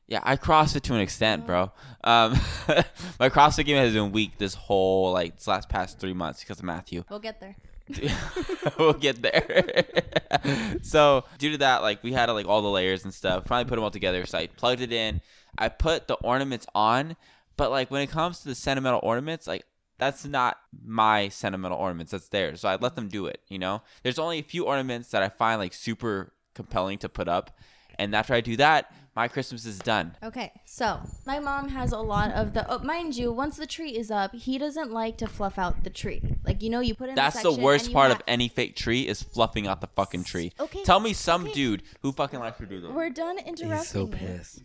S3: Yeah, I CrossFit to an extent, bro. Um, my CrossFit game has been weak this whole like this last past three months because of Matthew.
S6: We'll get there.
S3: we'll get there. so due to that, like we had like all the layers and stuff. Finally put them all together. So I plugged it in. I put the ornaments on, but like when it comes to the sentimental ornaments, like that's not my sentimental ornaments. That's theirs. So I let them do it. You know, there's only a few ornaments that I find like super compelling to put up, and after I do that, my Christmas is done.
S6: Okay, so my mom has a lot of the. Oh, mind you, once the tree is up, he doesn't like to fluff out the tree. Like you know, you put in. a
S3: That's the
S6: section and
S3: worst
S6: you
S3: part
S6: ha-
S3: of any fake tree is fluffing out the fucking tree.
S6: Okay,
S3: Tell me some
S6: okay.
S3: dude who fucking likes to do that.
S6: We're done interrupting.
S2: He's so
S6: me.
S2: pissed.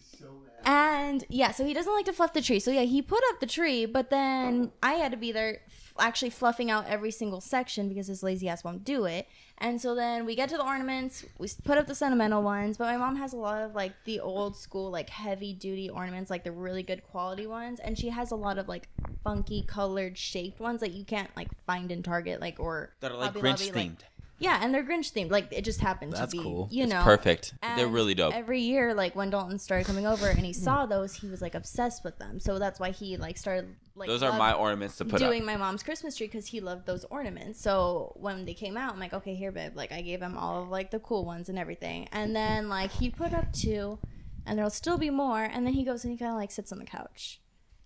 S6: And yeah, so he doesn't like to fluff the tree. So yeah, he put up the tree, but then I had to be there f- actually fluffing out every single section because his lazy ass won't do it. And so then we get to the ornaments, we s- put up the sentimental ones, but my mom has a lot of like the old school, like heavy duty ornaments, like the really good quality ones. And she has a lot of like funky colored shaped ones that you can't like find in Target, like or
S3: that are like
S6: Hobby
S3: Grinch
S6: Lobby,
S3: themed.
S6: like- yeah, and they're Grinch themed. Like it just happened
S2: That's
S6: to be,
S2: cool.
S6: you
S3: It's
S6: know,
S3: perfect. They're
S6: and
S3: really dope.
S6: Every year, like when Dalton started coming over and he saw those, he was like obsessed with them. So that's why he like started like
S3: Those are
S6: loved
S3: my ornaments to put
S6: doing
S3: up.
S6: my mom's Christmas tree because he loved those ornaments. So when they came out, I'm like, okay, here, babe. Like I gave him all of like the cool ones and everything, and then like he put up two, and there'll still be more. And then he goes and he kind of like sits on the couch.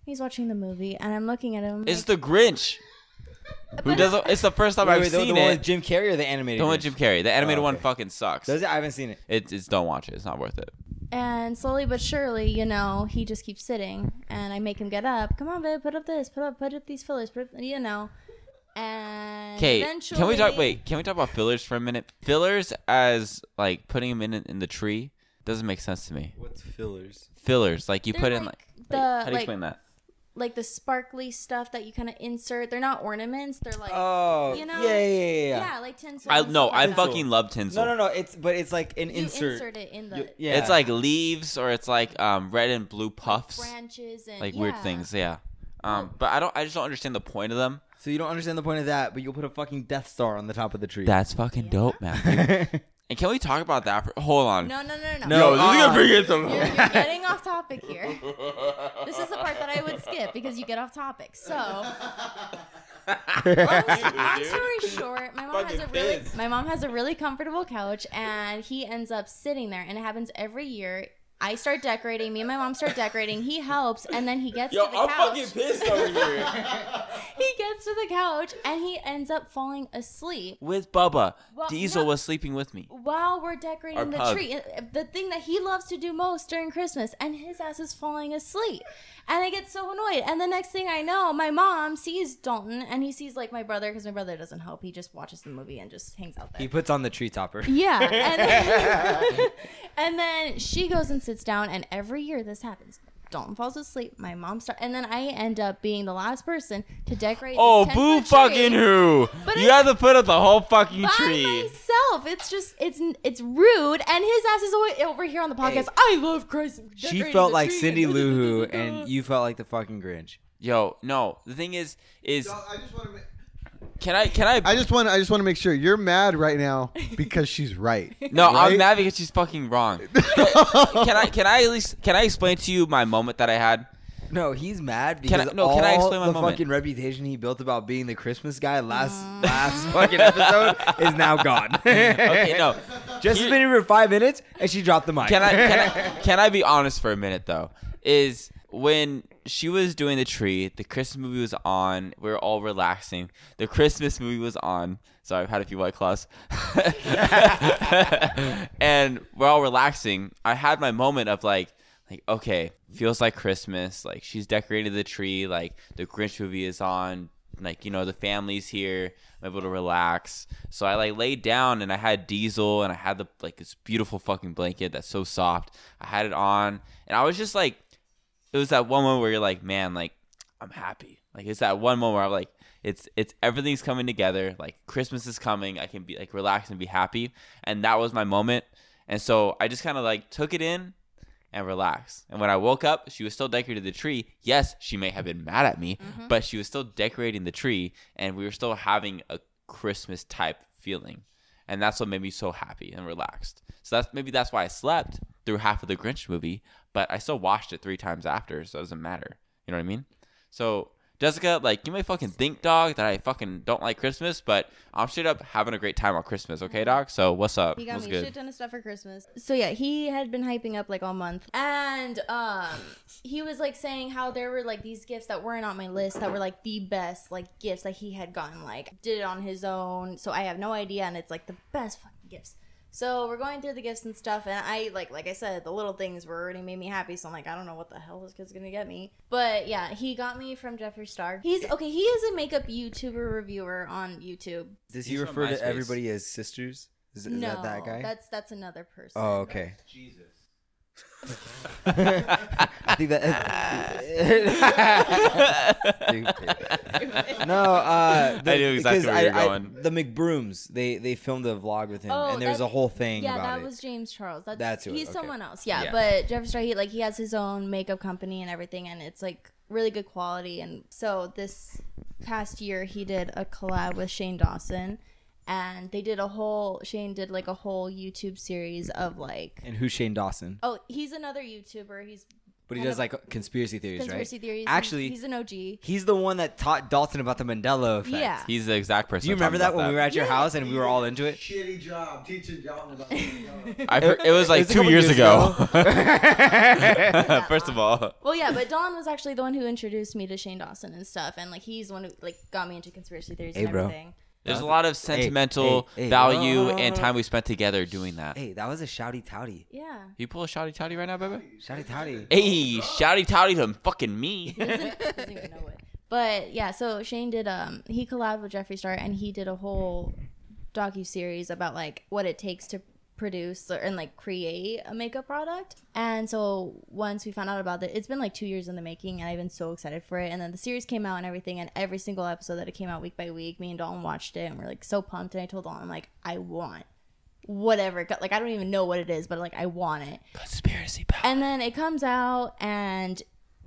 S6: He's watching the movie, and I'm looking at him.
S3: It's
S6: like,
S3: the Grinch. Who doesn't? It's the first time
S2: Wait,
S3: I've
S2: wait, the, the
S3: seen
S2: one
S3: it.
S2: with Jim Carrey or the animated?
S3: Don't
S2: Grinch?
S3: let Jim Carrey. The animated one
S2: okay.
S3: fucking sucks.
S2: Does it? I haven't seen it.
S3: It's, it's don't watch it. It's not worth it.
S6: And slowly but surely, you know, he just keeps sitting, and I make him get up. Come on, babe, put up this, put up, put up these fillers, put up, you know. And
S3: Okay,
S6: eventually,
S3: can we talk? Wait, can we talk about fillers for a minute? Fillers as like putting them in in the tree doesn't make sense to me.
S2: What's fillers?
S3: Fillers like you
S6: They're
S3: put in like
S6: like
S3: wait,
S6: the-
S3: how do you
S6: like-
S3: explain that?
S6: Like the sparkly stuff that you kind of insert. They're not ornaments. They're like,
S2: Oh,
S6: You know-
S2: yeah, yeah, yeah,
S6: yeah.
S2: yeah.
S6: like tinsel.
S3: I
S6: and
S3: no,
S6: stuff
S3: I
S6: like that.
S3: fucking love tinsel.
S2: No, no, no. It's but it's like an
S6: You insert.
S2: insert.
S6: it in the
S2: You- yeah,
S3: It's like leaves or it's like um red and blue puffs,
S6: branches and
S3: like weird
S6: yeah.
S3: things. Yeah. Um, but I don't. I just don't understand the point of them.
S2: so you don't understand the point of that, but you'll put a fucking Death Star on the top of the tree.
S3: That's fucking dope, man. And can we talk about that? For, hold on.
S6: No, no, no, no.
S3: Yo, this is
S2: uh,
S3: gonna bring in some.
S6: You're, you're getting off topic here. This is the part that I would skip because you get off topic. So, long, long story short, my mom has a
S3: Fucking
S6: really
S3: pissed.
S6: my mom has a really comfortable couch, and he ends up sitting there, and it happens every year. I start decorating. Me and my mom start decorating. He helps, and then he gets
S3: Yo,
S6: to the
S3: I'm
S6: couch.
S3: fucking pissed over here
S6: He gets to the couch, and he ends up falling asleep.
S3: with Bubba.
S6: Well,
S3: Diesel
S6: no.
S3: was sleeping with me.
S6: while we're decorating
S3: Our
S6: the
S3: pug.
S6: tree, uh, the thing that he loves to do most during Christmas, and his ass is falling asleep. And I get so annoyed. And the next thing I know, my mom sees Dalton and he sees like my brother because my brother doesn't help. He just watches the movie and just hangs out there.
S2: He puts on the tree topper.
S6: yeah. And then, and then she goes and sits down, and every year this happens. Dalton falls asleep. My mom starts, and then I end up being the last person to decorate. this
S3: Oh,
S6: 10
S3: boo
S6: foot tree
S3: fucking who?
S6: But
S3: you
S6: it's-
S3: have to put up the whole fucking
S6: by
S3: tree.
S6: myself. It's just it's it's rude, and his ass is always over here on the podcast. I love Christ.
S2: She
S6: decorating
S2: felt
S6: the
S2: like
S6: tree
S2: Cindy
S6: and-
S2: Lou Who, and you felt like the fucking Grinch.
S3: Yo, no. The thing is, is
S1: So I just want to.
S3: can I can I?
S1: I just want. I just want to make sure you're mad right now because she's right.
S3: no,
S1: Right?
S3: I'm mad because she's fucking wrong. can I can I at least can I explain to you my moment that I had?
S2: No, he's mad
S3: Can
S2: because
S3: I-
S2: no, all can I explain
S3: my
S2: the
S3: moment?
S2: fucking reputation he built about being the Christmas guy last
S6: Mm.
S2: last fucking episode is now gone.
S3: Okay, no.
S2: Just
S3: Here-
S2: been here for five minutes, and she dropped the mic.
S3: Can I can I, can I be honest for a minute though? Is when she was doing the tree, the Christmas movie was on. We were all relaxing. The Christmas movie was on. Sorry, I've had a few white claws. and we're all relaxing. I had my moment of like, like okay, feels like Christmas. Like she's decorated the tree. Like the Grinch movie is on. Like you know, the family's here. I'm able to relax. So I like laid down and I had Diesel and I had the like this beautiful fucking blanket that's so soft. I had it on and I was just like, it was that one moment where you're like, man, like I'm happy. Like it's that one moment where I'm like, it's it's everything's coming together. Like Christmas is coming. I can be like relaxed and be happy. And that was my moment. And so I just kind of like took it in and relaxed. And when I woke up, she was still decorating the tree. Yes, she may have been mad at me,
S6: Mm-hmm.
S3: but she was still decorating the tree, and we were still having a Christmas type feeling. And that's what made me so happy and relaxed. So that's maybe that's why I slept through half of the Grinch movie, but I still watched it three times after, so it doesn't matter. You know what I mean? So Jessica, like, you may fucking think, dog, that I fucking don't like Christmas, but I'm straight up having a great time on Christmas, okay, dog? So what's up?
S6: He got
S3: what's
S6: me a
S3: good?
S6: shit ton of stuff for Christmas. So yeah, he had been hyping up like all month, and um, he was like saying how there were like these gifts that weren't on my list that were like the best like gifts that he had gotten. Like did it on his own, so I have no idea, and it's like the best fucking gifts. So we're going through the gifts and stuff, and I like like I said, the little things were already made me happy. So I'm like, I don't know what the hell this kid's gonna get me, but yeah, he got me from Jeffree Star. He's okay. He is a makeup YouTuber reviewer on YouTube.
S2: Does he
S3: He's from
S2: refer to
S3: MySpace.
S2: everybody as sisters? Is, is
S6: no,
S2: that that guy?
S6: that's that's another person.
S2: oh, okay. I think that. no, uh,
S3: I knew exactly
S2: because
S3: where you were
S2: I- I-
S3: going.
S2: the McBrooms, they they filmed a vlog with him,
S6: Oh,
S2: and there was
S6: that-
S2: a whole thing
S6: yeah,
S2: about
S6: that
S2: it.
S6: was James Charles. That's,
S2: That's who it-
S6: he's
S2: okay.
S6: someone else. Yeah,
S2: Yeah.
S6: but Jeffree Star, he like he has his own makeup company and everything, and it's like really good quality. And so this past year, he did a collab with Shane Dawson, and they did a whole Shane did like a whole YouTube series of like
S2: and who's Shane Dawson?
S6: oh he's another YouTuber. He's
S2: But he
S6: kind
S2: does
S6: of
S2: like conspiracy theories,
S6: conspiracy
S2: right?
S6: theories. and
S2: Actually,
S6: he's an OG.
S2: He's the one that taught Dalton about the Mandela effect.
S6: Yeah.
S3: He's the exact person.
S2: Do you
S3: I'm
S2: remember
S3: talking
S2: that
S3: about
S2: when we were at your
S6: Yeah.
S2: house and we were all into it?
S1: Shitty job teaching John about.
S3: I, heard- it was like
S2: It was a
S3: two
S2: couple
S3: years,
S2: years
S3: ago.
S6: ago.
S3: First of all,
S6: Well, yeah, but Don was actually the one who introduced me to Shane Dawson and stuff, and like he's the one who like got me into conspiracy theories
S2: Hey,
S6: and
S2: bro.
S6: everything.
S3: there's a lot of sentimental
S2: hey, hey.
S3: value
S2: Oh.
S3: and time we spent together doing that.
S2: Hey, that was a shouty touty.
S6: Yeah.
S3: You pull a shouty toddy right now, baby?
S2: Shouty touty.
S3: Hey, shouty toddy to fucking me.
S6: doesn't, doesn't even know it. But yeah, so Shane did um he collabed with Jeffree Star and he did a whole docu series about like what it takes to produce or- and like create a makeup product. And so once we found out about it, it's been like two years in the making and I've been so excited for it. And then the series came out and everything and every single episode that it came out week by week, me and Dalton watched it and we're like so pumped and I told Dalton I'm like, I want whatever it co- like I don't even know what it is, but like I want it.
S3: Conspiracy power.
S6: And then it comes out and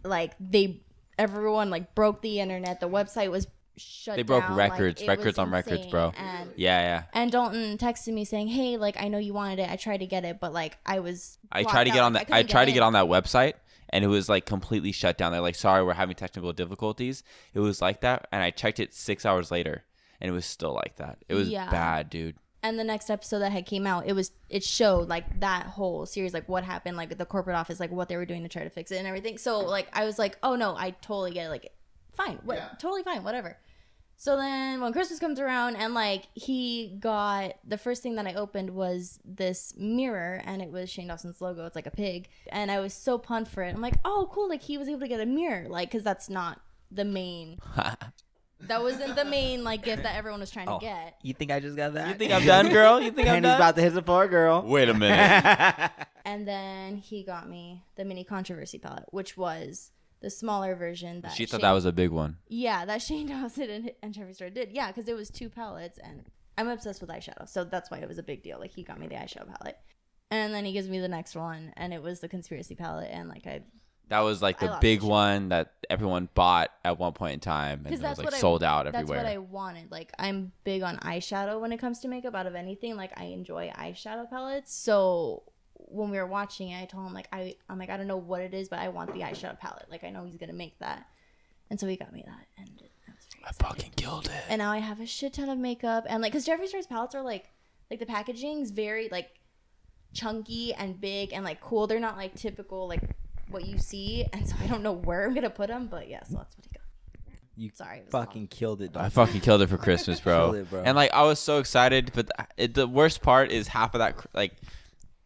S6: like they everyone like broke the internet. The website was shut
S3: They broke
S6: down,
S3: records,
S6: like, it was
S3: records on records,
S6: insane,
S3: bro.
S6: And,
S3: Yeah, yeah.
S6: and Dalton texted me saying, "Hey, like I know you wanted it. I tried to get it, but like I was
S3: I
S6: blocked
S3: tried to
S6: out,
S3: get on
S6: like,
S3: that. I,
S6: couldn't
S3: tried to
S6: in."
S3: get on that website, and it was like completely shut down. They're like, "Sorry, we're having technical difficulties." It was like that, and I checked it six hours later, and it was still like that. It was
S6: Yeah.
S3: bad, dude.
S6: and the next episode that had came out it was it showed like that whole series like what happened like the corporate office like what they were doing to try to fix it and everything so like i was like oh no i totally get it like fine what, totally fine whatever so then when christmas comes around and like he got the first thing that i opened was this mirror and it was shane dawson's logo it's like a pig and i was so pumped for it i'm like oh cool like he was able to get a mirror like because that's not the main that wasn't the main like gift that everyone was trying to
S2: Oh.
S6: get
S2: You think I just got that?
S3: You think I'm done, girl? You think I'm
S2: Penny's
S3: done?
S2: about to hit the floor, girl.
S3: Wait a minute.
S6: And then he got me the mini controversy palette, which was the smaller version. That
S3: she thought
S6: Shane-
S3: that was a big one.
S6: yeah, that Shane Dawson and, and Trevor Story did. Yeah, because it was two palettes, and I'm obsessed with eyeshadow, so that's why it was a big deal. Like he got me the eyeshadow palette, and then he gives me the next one, and it was the conspiracy palette, and like I
S3: That was like
S6: I
S3: the
S6: lost
S3: big
S6: it.
S3: one that everyone bought at one point in time, and it
S6: because
S3: was
S6: that's
S3: like
S6: what I
S3: sold out
S6: That's
S3: everywhere.
S6: what I wanted. Like I'm big on eyeshadow when it comes to makeup. Out of anything, like I enjoy eyeshadow palettes. So when we were watching it, I told him like I I'm like I don't know what it is, but I want the eyeshadow palette. Like I know he's gonna make that, and so he got me that, and I was pretty excited.
S3: Fucking killed it.
S6: And now I have a shit ton of makeup, and like because Jeffree Star's palettes are like like the packaging's very like chunky and big and like cool. They're not like typical like what you see, and so I don't know where I'm gonna put them, but yeah, so that's what he got.
S2: You
S6: Sorry, it was long.
S2: fucking killed it,
S3: I
S2: dog.
S3: fucking killed it for Christmas, bro.
S2: Killed it, bro.
S3: And like I was so excited, but th- it, the worst part is half of that cr- like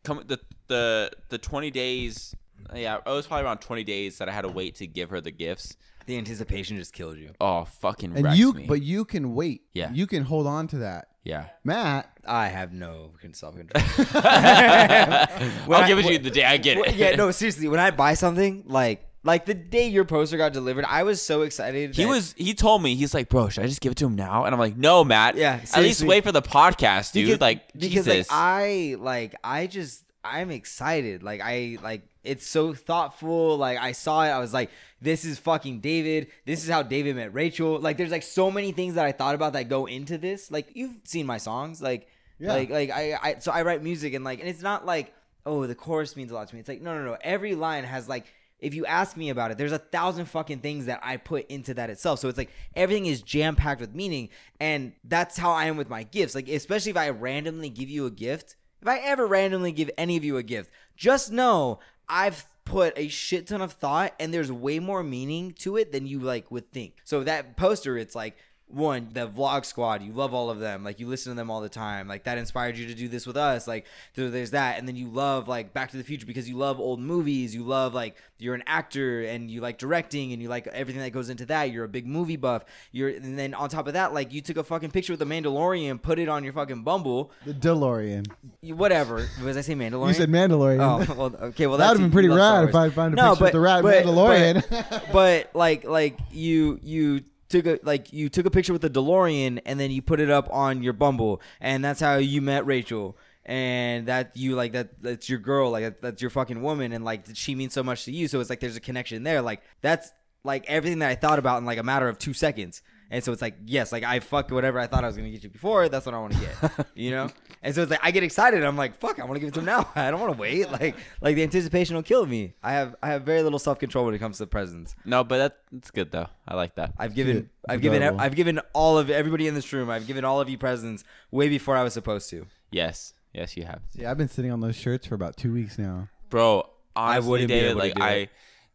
S3: come the the the 20 days yeah, it was probably around 20 days that I had to wait to give her the gifts.
S2: The anticipation just killed you.
S3: Oh, fucking
S1: And
S3: wrecks
S1: you,
S3: me.
S1: but you can wait.
S3: Yeah.
S1: you can hold on to that.
S3: yeah.
S1: Matt,
S2: I have no self control.
S3: I'll
S2: I-
S3: give it to
S2: when-
S3: you the day I get
S2: Well,
S3: it.
S2: yeah, no, seriously. When I buy something, like like the day your poster got delivered, I was so excited.
S3: He
S2: that-
S3: was. He told me. He's like, bro, should I just give it to him now? And I'm like, no, Matt.
S2: Yeah,
S3: At least
S2: seriously.
S3: wait for the podcast, dude.
S2: because,
S3: like,
S2: because like
S3: Jesus.
S2: I like I just I'm excited. Like I like it's so thoughtful. Like I saw it, I was like, this is fucking David. This is how David met Rachel. Like there's like so many things that I thought about that go into this. Like you've seen my songs. Like
S1: Yeah.
S2: like like I, I so I write music and like and it's not like oh the chorus means a lot to me. It's like no no no every line has like if you ask me about it, there's a thousand fucking things that I put into that itself. So it's like everything is jam packed with meaning, and that's how I am with my gifts. Like especially if I randomly give you a gift, if I ever randomly give any of you a gift, just know I've put a shit ton of thought and there's way more meaning to it than you like would think. So that poster it's like one the vlog squad you love all of them like you listen to them all the time like that inspired you to do this with us like so there's that and then you love like back to the future because you love old movies you love like you're an actor and you like directing and you like everything that goes into that you're a big movie buff you're and then on top of that like you took a fucking picture with the mandalorian put it on your fucking bumble
S1: the DeLorean.
S2: you, whatever was i say mandalorian
S1: You said Mandalorian.
S2: Oh, well, okay. Well,
S1: That
S2: that's-
S1: would've been pretty
S2: you love Star
S1: rad if
S2: Wars.
S1: I'd found a picture with the rad Mandalorian.
S2: But, but, like, like you, you took a like you took a picture with the DeLorean and then you put it up on your Bumble, and that's how you met Rachel. And that you like that that's your girl, like that, that's your fucking woman, and like she means so much to you. So it's like there's a connection there. Like that's like everything that I thought about in like a matter of two seconds. And so it's like, yes, like I fuck whatever I thought I was gonna get you before. That's what I want to get, you know. And so it's like I get excited. I'm like, fuck, I want to give it to him now. I don't want to wait. Like, like the anticipation will kill me. I have, I have very little self control when it comes to presents.
S3: no, but that, that's good though. I like that.
S2: I've given,
S1: Good.
S2: I've given, e,
S1: Adorable.
S2: I've given all of everybody in this room. I've given all of you presents way before I was supposed to.
S3: yes. Yes, you have.
S1: yeah, I've been sitting on those shirts for about two weeks now.
S3: bro. Honestly,
S2: wouldn't be
S3: David,
S2: able to
S3: like
S2: do
S3: I,
S2: it.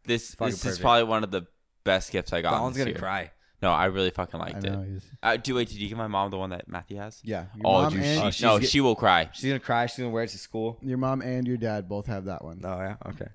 S3: this
S2: fucking
S3: this is
S2: perfect.
S3: probably one of the best gifts I got.
S2: Don's
S3: this
S2: gonna
S3: year.
S2: cry.
S3: No, I really fucking
S1: I
S3: liked
S1: know.
S3: it.
S1: he's-
S3: Uh, do wait, did you give my mom the one that Matthew has?
S1: Yeah. Your
S3: Oh,
S1: mom
S3: dude,
S1: and-
S3: she,
S2: she's
S3: no,
S2: get-
S3: she will cry,
S2: She's gonna cry. She's gonna wear it to school.
S1: Your mom and your dad both have that one.
S2: Oh yeah, okay.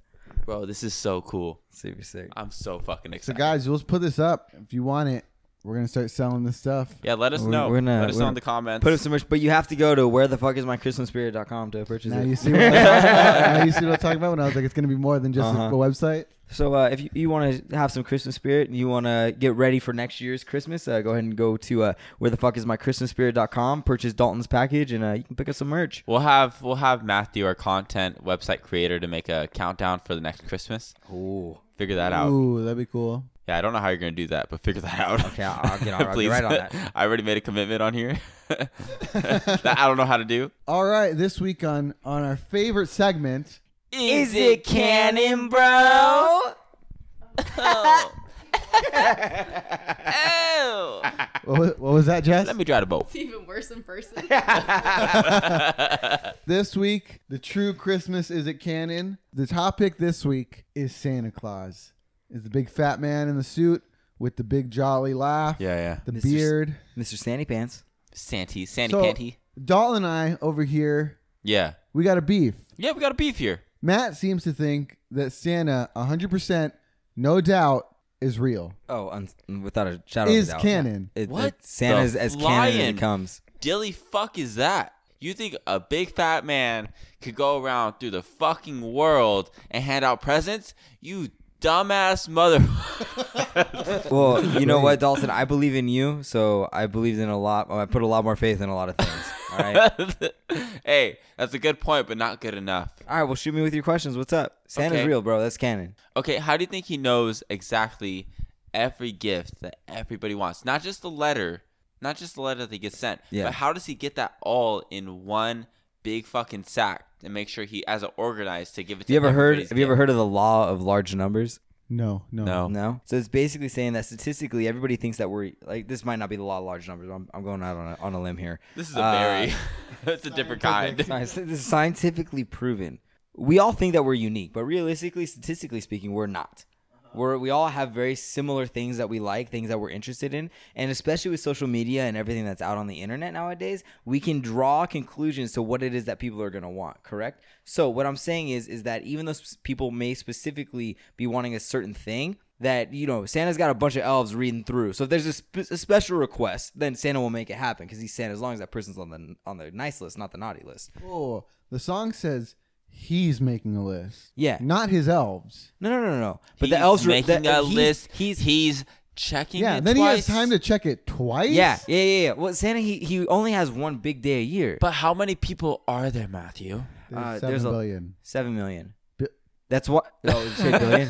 S3: bro. This is so cool.
S2: Super sick.
S3: I'm so fucking
S1: So
S3: excited.
S1: guys, let's put this up. If you want it, we're gonna start selling this stuff.
S3: yeah, let us
S2: We're-
S3: know.
S2: we're gonna-
S3: let us
S2: we're
S3: know
S2: gonna
S3: in the comments.
S2: Put up so much, but you have to go to where the fuck is my christmasspirit.com to purchase
S1: Now
S2: it.
S1: you see what I'm talking about. Now you see what I'm talking about when I was like, it's gonna be more than just
S2: Uh-huh.
S1: a website.
S2: So uh, if you, you want to have some Christmas spirit and you want to get ready for next year's Christmas, uh, go ahead and go to uh, where the fuck is my christmasspirit.com, purchase Dalton's package, and uh, you can pick up some merch.
S3: We'll have we'll have Matthew, our content website creator, to make a countdown for the next Christmas.
S2: Ooh.
S3: Figure that out.
S1: Ooh, that'd be cool.
S3: Yeah, I don't know how you're gonna do that, but figure that out.
S2: Okay, I'll- I'll get on- I'll get right on that.
S3: I already made a commitment on here. that I don't know how to do.
S1: All right, this week on on our favorite segment,
S2: Is it canon, bro?
S1: what was, what was that, Jess?
S3: Let me try to both.
S7: It's even worse in person.
S1: This week, the true Christmas is it canon. The topic this week is Santa Claus. Is the big fat man in the suit with the big jolly laugh?
S3: yeah.
S1: The
S2: Mr.
S1: beard.
S2: Mr. Sandy Pants.
S3: Santy, Sandy
S1: So-
S3: Panty.
S1: Doll and I over here,
S3: Yeah,
S1: we got a beef.
S3: yeah, we got a beef here.
S1: Matt seems to think that Santa, 100%, no doubt, is real.
S2: Oh, un- without a shadow
S1: Is
S2: of a doubt.
S1: canon.
S2: It-
S3: What
S2: it- Santa's
S3: the
S2: as canon as
S3: flying?
S2: it comes.
S3: Dilly fuck is that? You think a big fat man could go around through the fucking world and hand out presents? You dumbass mother.
S2: Well, you know what, Dalton? I believe in you, so I believed in a lot. I put a lot more faith in a lot of things. All right. All
S3: hey, that's a good point, but not good enough.
S2: right. Well, shoot me with your questions. What's up? Santa's
S3: Okay.
S2: real, bro. That's canon.
S3: Okay, how do you think he knows exactly every gift that everybody wants? Not just the letter, not just the letter that gets sent,
S2: Yeah.
S3: but how does he get that all in one big fucking sack and make sure he has it organized to give it
S2: Have
S3: to
S2: you ever heard?
S3: everybody's
S2: Have you ever
S3: gift?
S2: heard of the law of large numbers?
S1: No, no.
S3: No.
S2: No. So it's basically saying that statistically, everybody thinks that we're like this might not be the law of large numbers. I'm, I'm going out on a, on a limb here.
S3: This is a
S2: Uh,
S3: berry. it's a different kind.
S2: Science, this is scientifically proven. We all think that we're unique, but realistically, statistically speaking, we're not. We're, we all have very similar things that we like, things that we're interested in, and especially with social media and everything that's out on the internet nowadays, we can draw conclusions to what it is that people are going to want. Correct. So what I'm saying is, is that even though s- people may specifically be wanting a certain thing, that you know Santa's got a bunch of elves reading through. So if there's a, sp- a special request, then Santa will make it happen because he's Santa as long as that person's on the on the nice list, not the naughty list.
S1: Oh, the song says he's making a list.
S2: Yeah.
S1: Not his elves.
S2: No, no, no, no. But
S3: He's
S2: the elves were-
S3: making
S2: the,
S3: a
S2: he's-
S3: list.
S2: He's,
S3: he's checking.
S1: Yeah,
S3: it
S1: then he has
S3: twice.
S1: time to check it twice?
S2: yeah, yeah, yeah, yeah. Well, Santa he he only has one big day a year.
S3: But how many people are there, Matthew?
S1: There's
S2: Uh,
S1: seven
S2: there's a-
S1: billion.
S2: seven million.
S1: Bi-
S2: That's what. Oh, you said billion.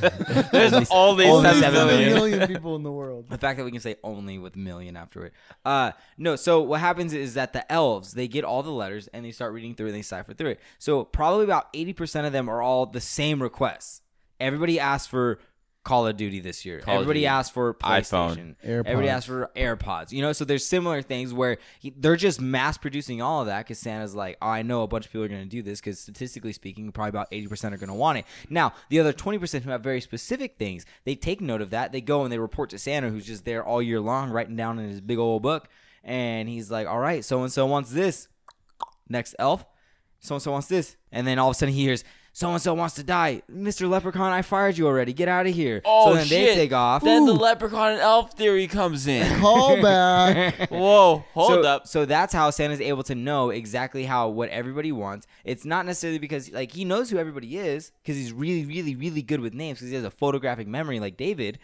S3: There's
S2: Only-
S3: only
S2: only
S3: seven
S2: seven
S3: million.
S2: million.
S1: people in the world.
S2: The fact that we can say only with million after it. Uh, no, so what happens is that the elves, they get all the letters and they start reading through and they cipher through it. So probably about 80% of them are all the same requests. Everybody asked for Call of Duty this year.
S3: Call of
S2: Everybody
S3: Duty.
S2: asked for PlayStation.
S3: iPhone.
S1: AirPods.
S2: Everybody asked for AirPods. You know, so there's similar things where he, they're just mass producing all of that because Santa's like, oh, I know a bunch of people are going to do this because statistically speaking, probably about 80% are going to want it. Now, the other 20% who have very specific things, they take note of that. They go and they report to Santa, who's just there all year long, writing down in his big old book. And he's like, all right, so and so wants this. Next elf, so and so wants this. And then all of a sudden he hears, so and so wants to die. Mr. Leprechaun, I fired you already. Get out of here.
S3: Oh
S2: so then
S3: shit!
S2: they take off.
S3: Then the
S2: Ooh.
S3: leprechaun and elf theory comes in.
S1: Call back.
S3: Whoa! Hold
S2: so,
S3: up.
S2: So that's how Santa's able to know exactly how what everybody wants. It's not necessarily because like he knows who everybody is because he's really, really, really good with names because he has a photographic memory like David.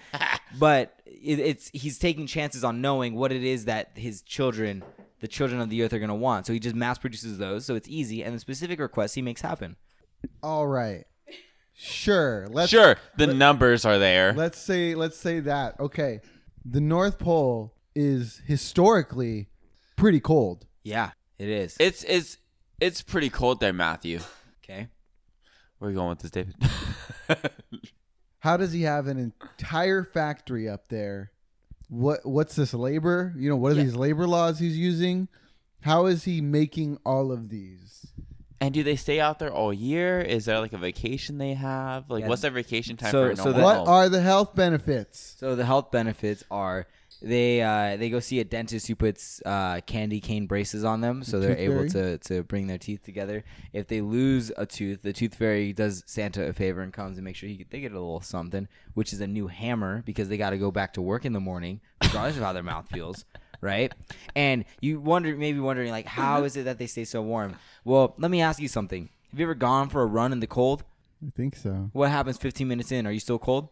S2: but it, it's he's taking chances on knowing what it is that his children, the children of the earth, are gonna want. So he just mass produces those, so it's easy, and the specific requests he makes happen.
S1: All right. Sure. Let's
S3: sure, the numbers are there.
S1: Let's say let's say that. Okay. The North Pole is historically pretty cold.
S2: Yeah, it is.
S3: It's it's it's pretty cold there, Matthew.
S2: okay.
S3: Where are you going with this, David?
S1: How does he have an entire factory up there? What what's this labor? You know, what are these labor laws he's using? How is he making all of these?
S3: and do they stay out there all year? Is there like a vacation they have? Like,
S2: Yeah.
S3: what's their vacation time
S2: So-
S3: for a
S2: so
S3: normal
S2: that-
S1: What
S3: elf?
S1: are the health benefits?
S2: So the health benefits are they uh, they go see a dentist who puts uh, candy cane braces on them, so they're
S1: Tooth
S2: able to to bring their teeth together. If they lose a tooth, the tooth fairy does Santa a favor and comes and makes sure he they get a little something, which is a new hammer because they got to go back to work in the morning, regardless of how their mouth feels. Right, and you wonder, maybe wondering, like, how is it that they stay so warm? Well, let me ask you something. Have you ever gone for a run in the cold?
S1: I think so.
S2: What happens 15 minutes in? Are you still cold?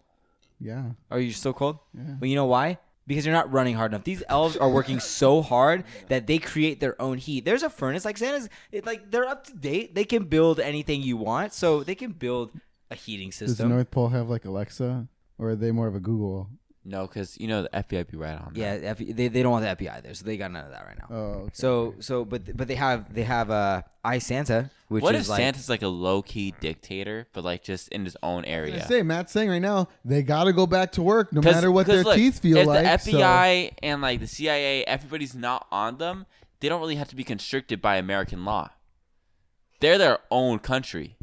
S1: Yeah.
S2: Are you still cold?
S1: Yeah.
S2: Well, you know why? Because you're not running hard enough. These elves are working so hard that they create their own heat. There's a furnace like Santa's. It, like they're up to date. They can build anything you want, so they can build a heating
S1: Does the
S2: system.
S1: North Pole have like Alexa or are they more of a Google
S3: No, because you know the FBI be right on. that.
S2: Yeah, F- E, they, they don't want the FBI there, so they got none of that right now.
S1: Oh, okay.
S2: So so but but they have they have uh I Santa, which
S3: what
S2: is
S3: if
S2: like
S3: Santa's like a low key dictator, but like just in his own
S1: I
S3: area?
S1: say Matt's saying right now they got to go back to work no
S3: 'Cause-
S1: matter what
S3: 'cause
S1: their
S3: look,
S1: teeth feel
S3: if
S1: like.
S3: the
S1: so-
S3: FBI and like the CIA, everybody's not on them. They don't really have to be constricted by American law. They're their own country.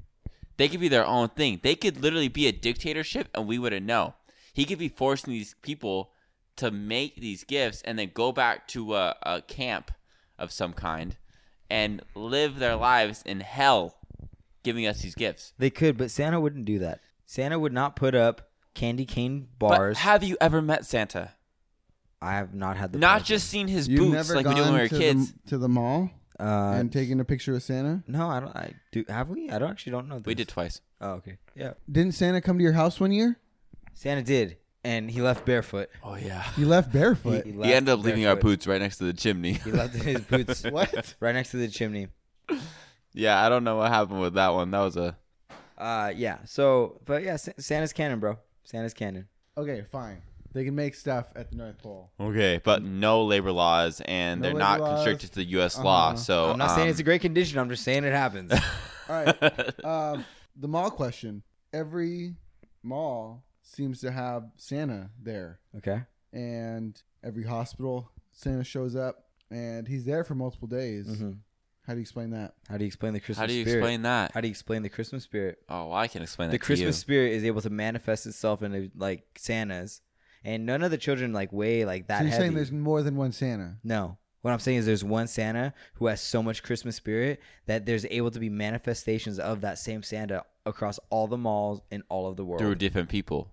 S3: They could be their own thing. They could literally be a dictatorship, and we wouldn't know. He could be forcing these people to make these gifts and then go back to a, a camp of some kind and live their lives in hell, giving us these gifts.
S2: they could, but Santa wouldn't do that. Santa would not put up candy cane bars.
S3: But have you ever met Santa?
S2: I have not had the
S3: Not
S2: pleasure.
S3: just seen his
S1: You've
S3: boots
S1: never
S3: like we
S1: gone
S3: did when we were
S1: to
S3: kids.
S1: the, to the mall
S2: uh
S1: and taken a picture with Santa.
S2: no, I don't. I do. Have we? I don't actually don't know. This.
S3: We did twice.
S2: Oh, okay. Yeah.
S1: Didn't Santa come to your house one year?
S2: Santa did, and he left barefoot.
S3: Oh yeah.
S1: You left barefoot.
S2: He,
S3: He
S2: left
S3: ended up leaving our
S2: barefoot.
S3: boots right next to the chimney.
S2: He left his boots
S1: what?
S2: right next to the chimney.
S3: yeah, I don't know what happened with that one. That was a
S2: Uh, yeah. So, but yeah, Sa- Santa's canon, bro. Santa's canon.
S1: Okay, fine. They can make stuff at the North Pole.
S3: okay, but no labor laws,
S1: No
S3: and they're
S1: labor
S3: not
S1: laws.
S3: constricted to the U.S. law.
S1: Uh-huh.
S3: So
S2: I'm not saying
S3: um,
S2: it's a great condition. I'm just saying it happens.
S1: All right. um, the mall question. Every mall seems to have Santa there,
S2: okay.
S1: and every hospital Santa shows up, and he's there for multiple days.
S3: Mm-hmm.
S2: hmm
S1: How do you explain that?
S2: How do you explain the Christmas?
S3: How do you
S2: spirit?
S3: explain that?
S2: How do you explain the Christmas spirit?
S3: Oh, well, I can explain
S2: The
S3: that to you.
S2: Christmas spirit is able to manifest itself into like Santa's, and none of the children like weigh like that
S1: so you're
S2: heavy.
S1: saying there's more than one Santa?
S2: No. What I'm saying is there's one Santa who has so much Christmas spirit that there's able to be manifestations of that same Santa across all the malls in all of the world.
S3: through different people.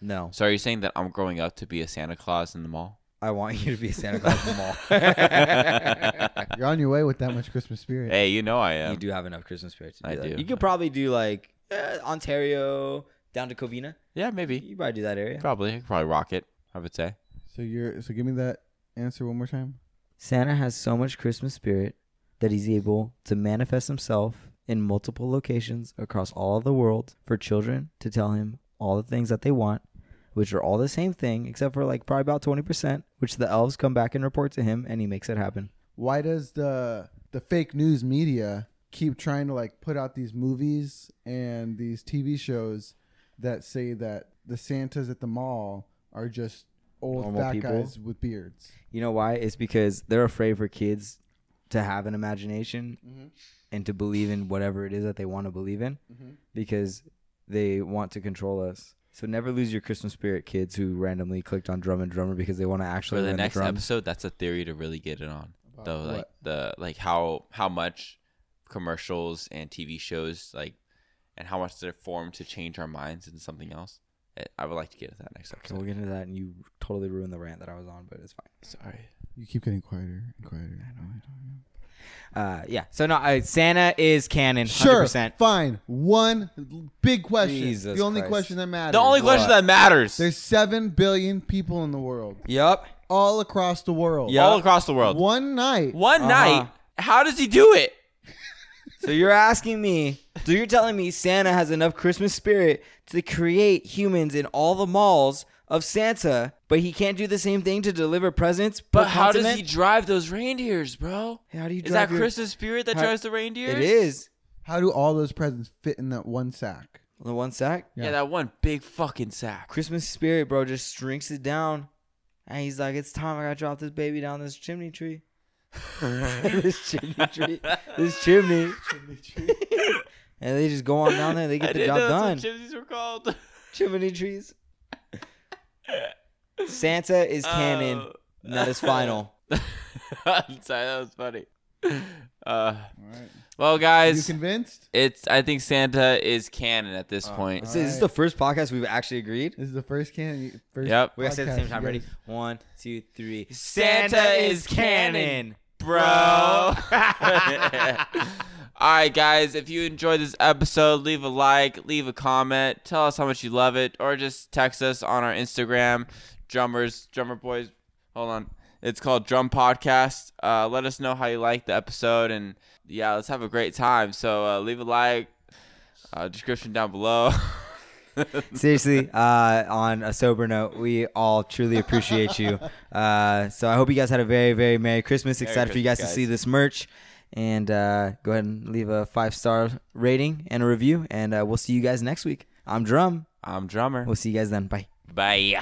S2: no.
S3: So are you saying that I'm growing up to be a Santa Claus in the mall?
S2: I want you to be a Santa Claus in the mall.
S3: hey,
S1: You're on your way with that much Christmas spirit.
S3: you know I am.
S2: You do have enough Christmas spirit to do
S3: I
S2: that.
S3: do.
S2: You could probably do like eh, Ontario down to Covina.
S3: Yeah, maybe,
S2: You probably do that area.
S3: probably, I could probably rock it. I would say.
S1: So you're so give me that answer one more time.
S2: Santa has so much Christmas spirit that he's able to manifest himself in multiple locations across all of the world for children to tell him all the things that they want, which are all the same thing, except for like probably about 20%, which the elves come back and report to him and he makes it happen.
S1: Why does the the fake news media keep trying to like put out these movies and these TV shows that say that the Santas at the mall are just old
S2: Normal
S1: fat
S2: people?
S1: guys with beards?
S2: You know why? It's because they're afraid for kids to have an imagination and to believe in whatever it is that they want to believe in because they want to control us. So never lose your Christmas spirit, kids who randomly clicked on Drum and Drummer because they want to actually
S3: for the
S2: learn
S3: next
S2: the drums.
S3: episode that's a theory to really get it on though like
S1: what?
S3: the like how how much commercials and tv shows like and how much they're formed to change our minds into something else I- i would like to get to that next
S2: So
S3: episode
S2: we'll get into that, and you totally ruined the rant that I was on, but it's fine.
S3: sorry
S1: You keep getting quieter and quieter. I know.
S2: Uh, yeah. So no, uh, Santa is canon.
S1: Sure,
S2: 100%.
S1: fine. One big question.
S2: Jesus
S1: the only
S2: Christ.
S1: question that matters.
S3: the only question that matters
S1: There's seven billion people in the world,
S2: Yup.
S1: all across the world.
S2: Yeah.
S3: all across the world
S1: One
S3: one,
S1: night.
S2: Uh-huh.
S3: night how does he do it
S2: So you're asking me? So you're telling me Santa has enough Christmas spirit to create humans in all the malls of Santa, but he can't do the same thing to deliver presents?
S3: but
S2: per
S3: how does he
S2: continent?
S3: drive those reindeers bro
S2: How do you
S3: is that
S2: drive your-
S3: christmas spirit that
S2: how-
S3: drives the reindeers
S2: It is
S1: How do all those presents fit in that one sack?
S2: the one sack.
S3: yeah.
S1: Yeah.
S3: that one big fucking sack
S2: Christmas spirit, bro, just shrinks it down, and he's like, "It's time I gotta drop this baby down this chimney tree." this chimney tree. This chimney. and they just go on down there. They
S3: I
S2: get the
S3: didn't
S2: job
S3: know that's what
S2: done.
S3: chimneys were called
S2: chimney trees. Santa is canon.
S3: Oh.
S2: and that is final.
S3: I'm sorry, that was funny. Uh,
S1: All right.
S3: well,
S1: Are you
S3: guys,
S1: convinced?
S3: it's I think Santa is canon at this point.
S2: This
S1: all
S2: is
S1: right.
S2: the first podcast we've actually agreed.
S1: This is the first can. you- First
S3: Yep.
S2: We gotta say it at
S1: podcast
S2: the same time.
S1: you
S2: Ready?
S1: guys-
S2: One, two, three.
S3: Santa is canon. bro. All right, guys, if you enjoyed this episode, leave a like, leave a comment, tell us how much you love it, or just text us on our Instagram, drummers, drummer boys. Hold on. It's called Drum Podcast. Uh, let us know how you like the episode, and yeah, let's have a great time. So uh, leave a like, uh, description down below.
S2: seriously, uh, on a sober note, we all truly appreciate you. Uh, so I hope you guys had a very, very Merry Christmas. Excited for you guys,
S3: Christmas,
S2: to
S3: guys.
S2: see this merch. And uh, go ahead and leave a five star rating and a review. And uh, we'll see you guys next week. I'm Drum.
S3: I'm drummer.
S2: We'll see you guys then. Bye.
S3: Bye.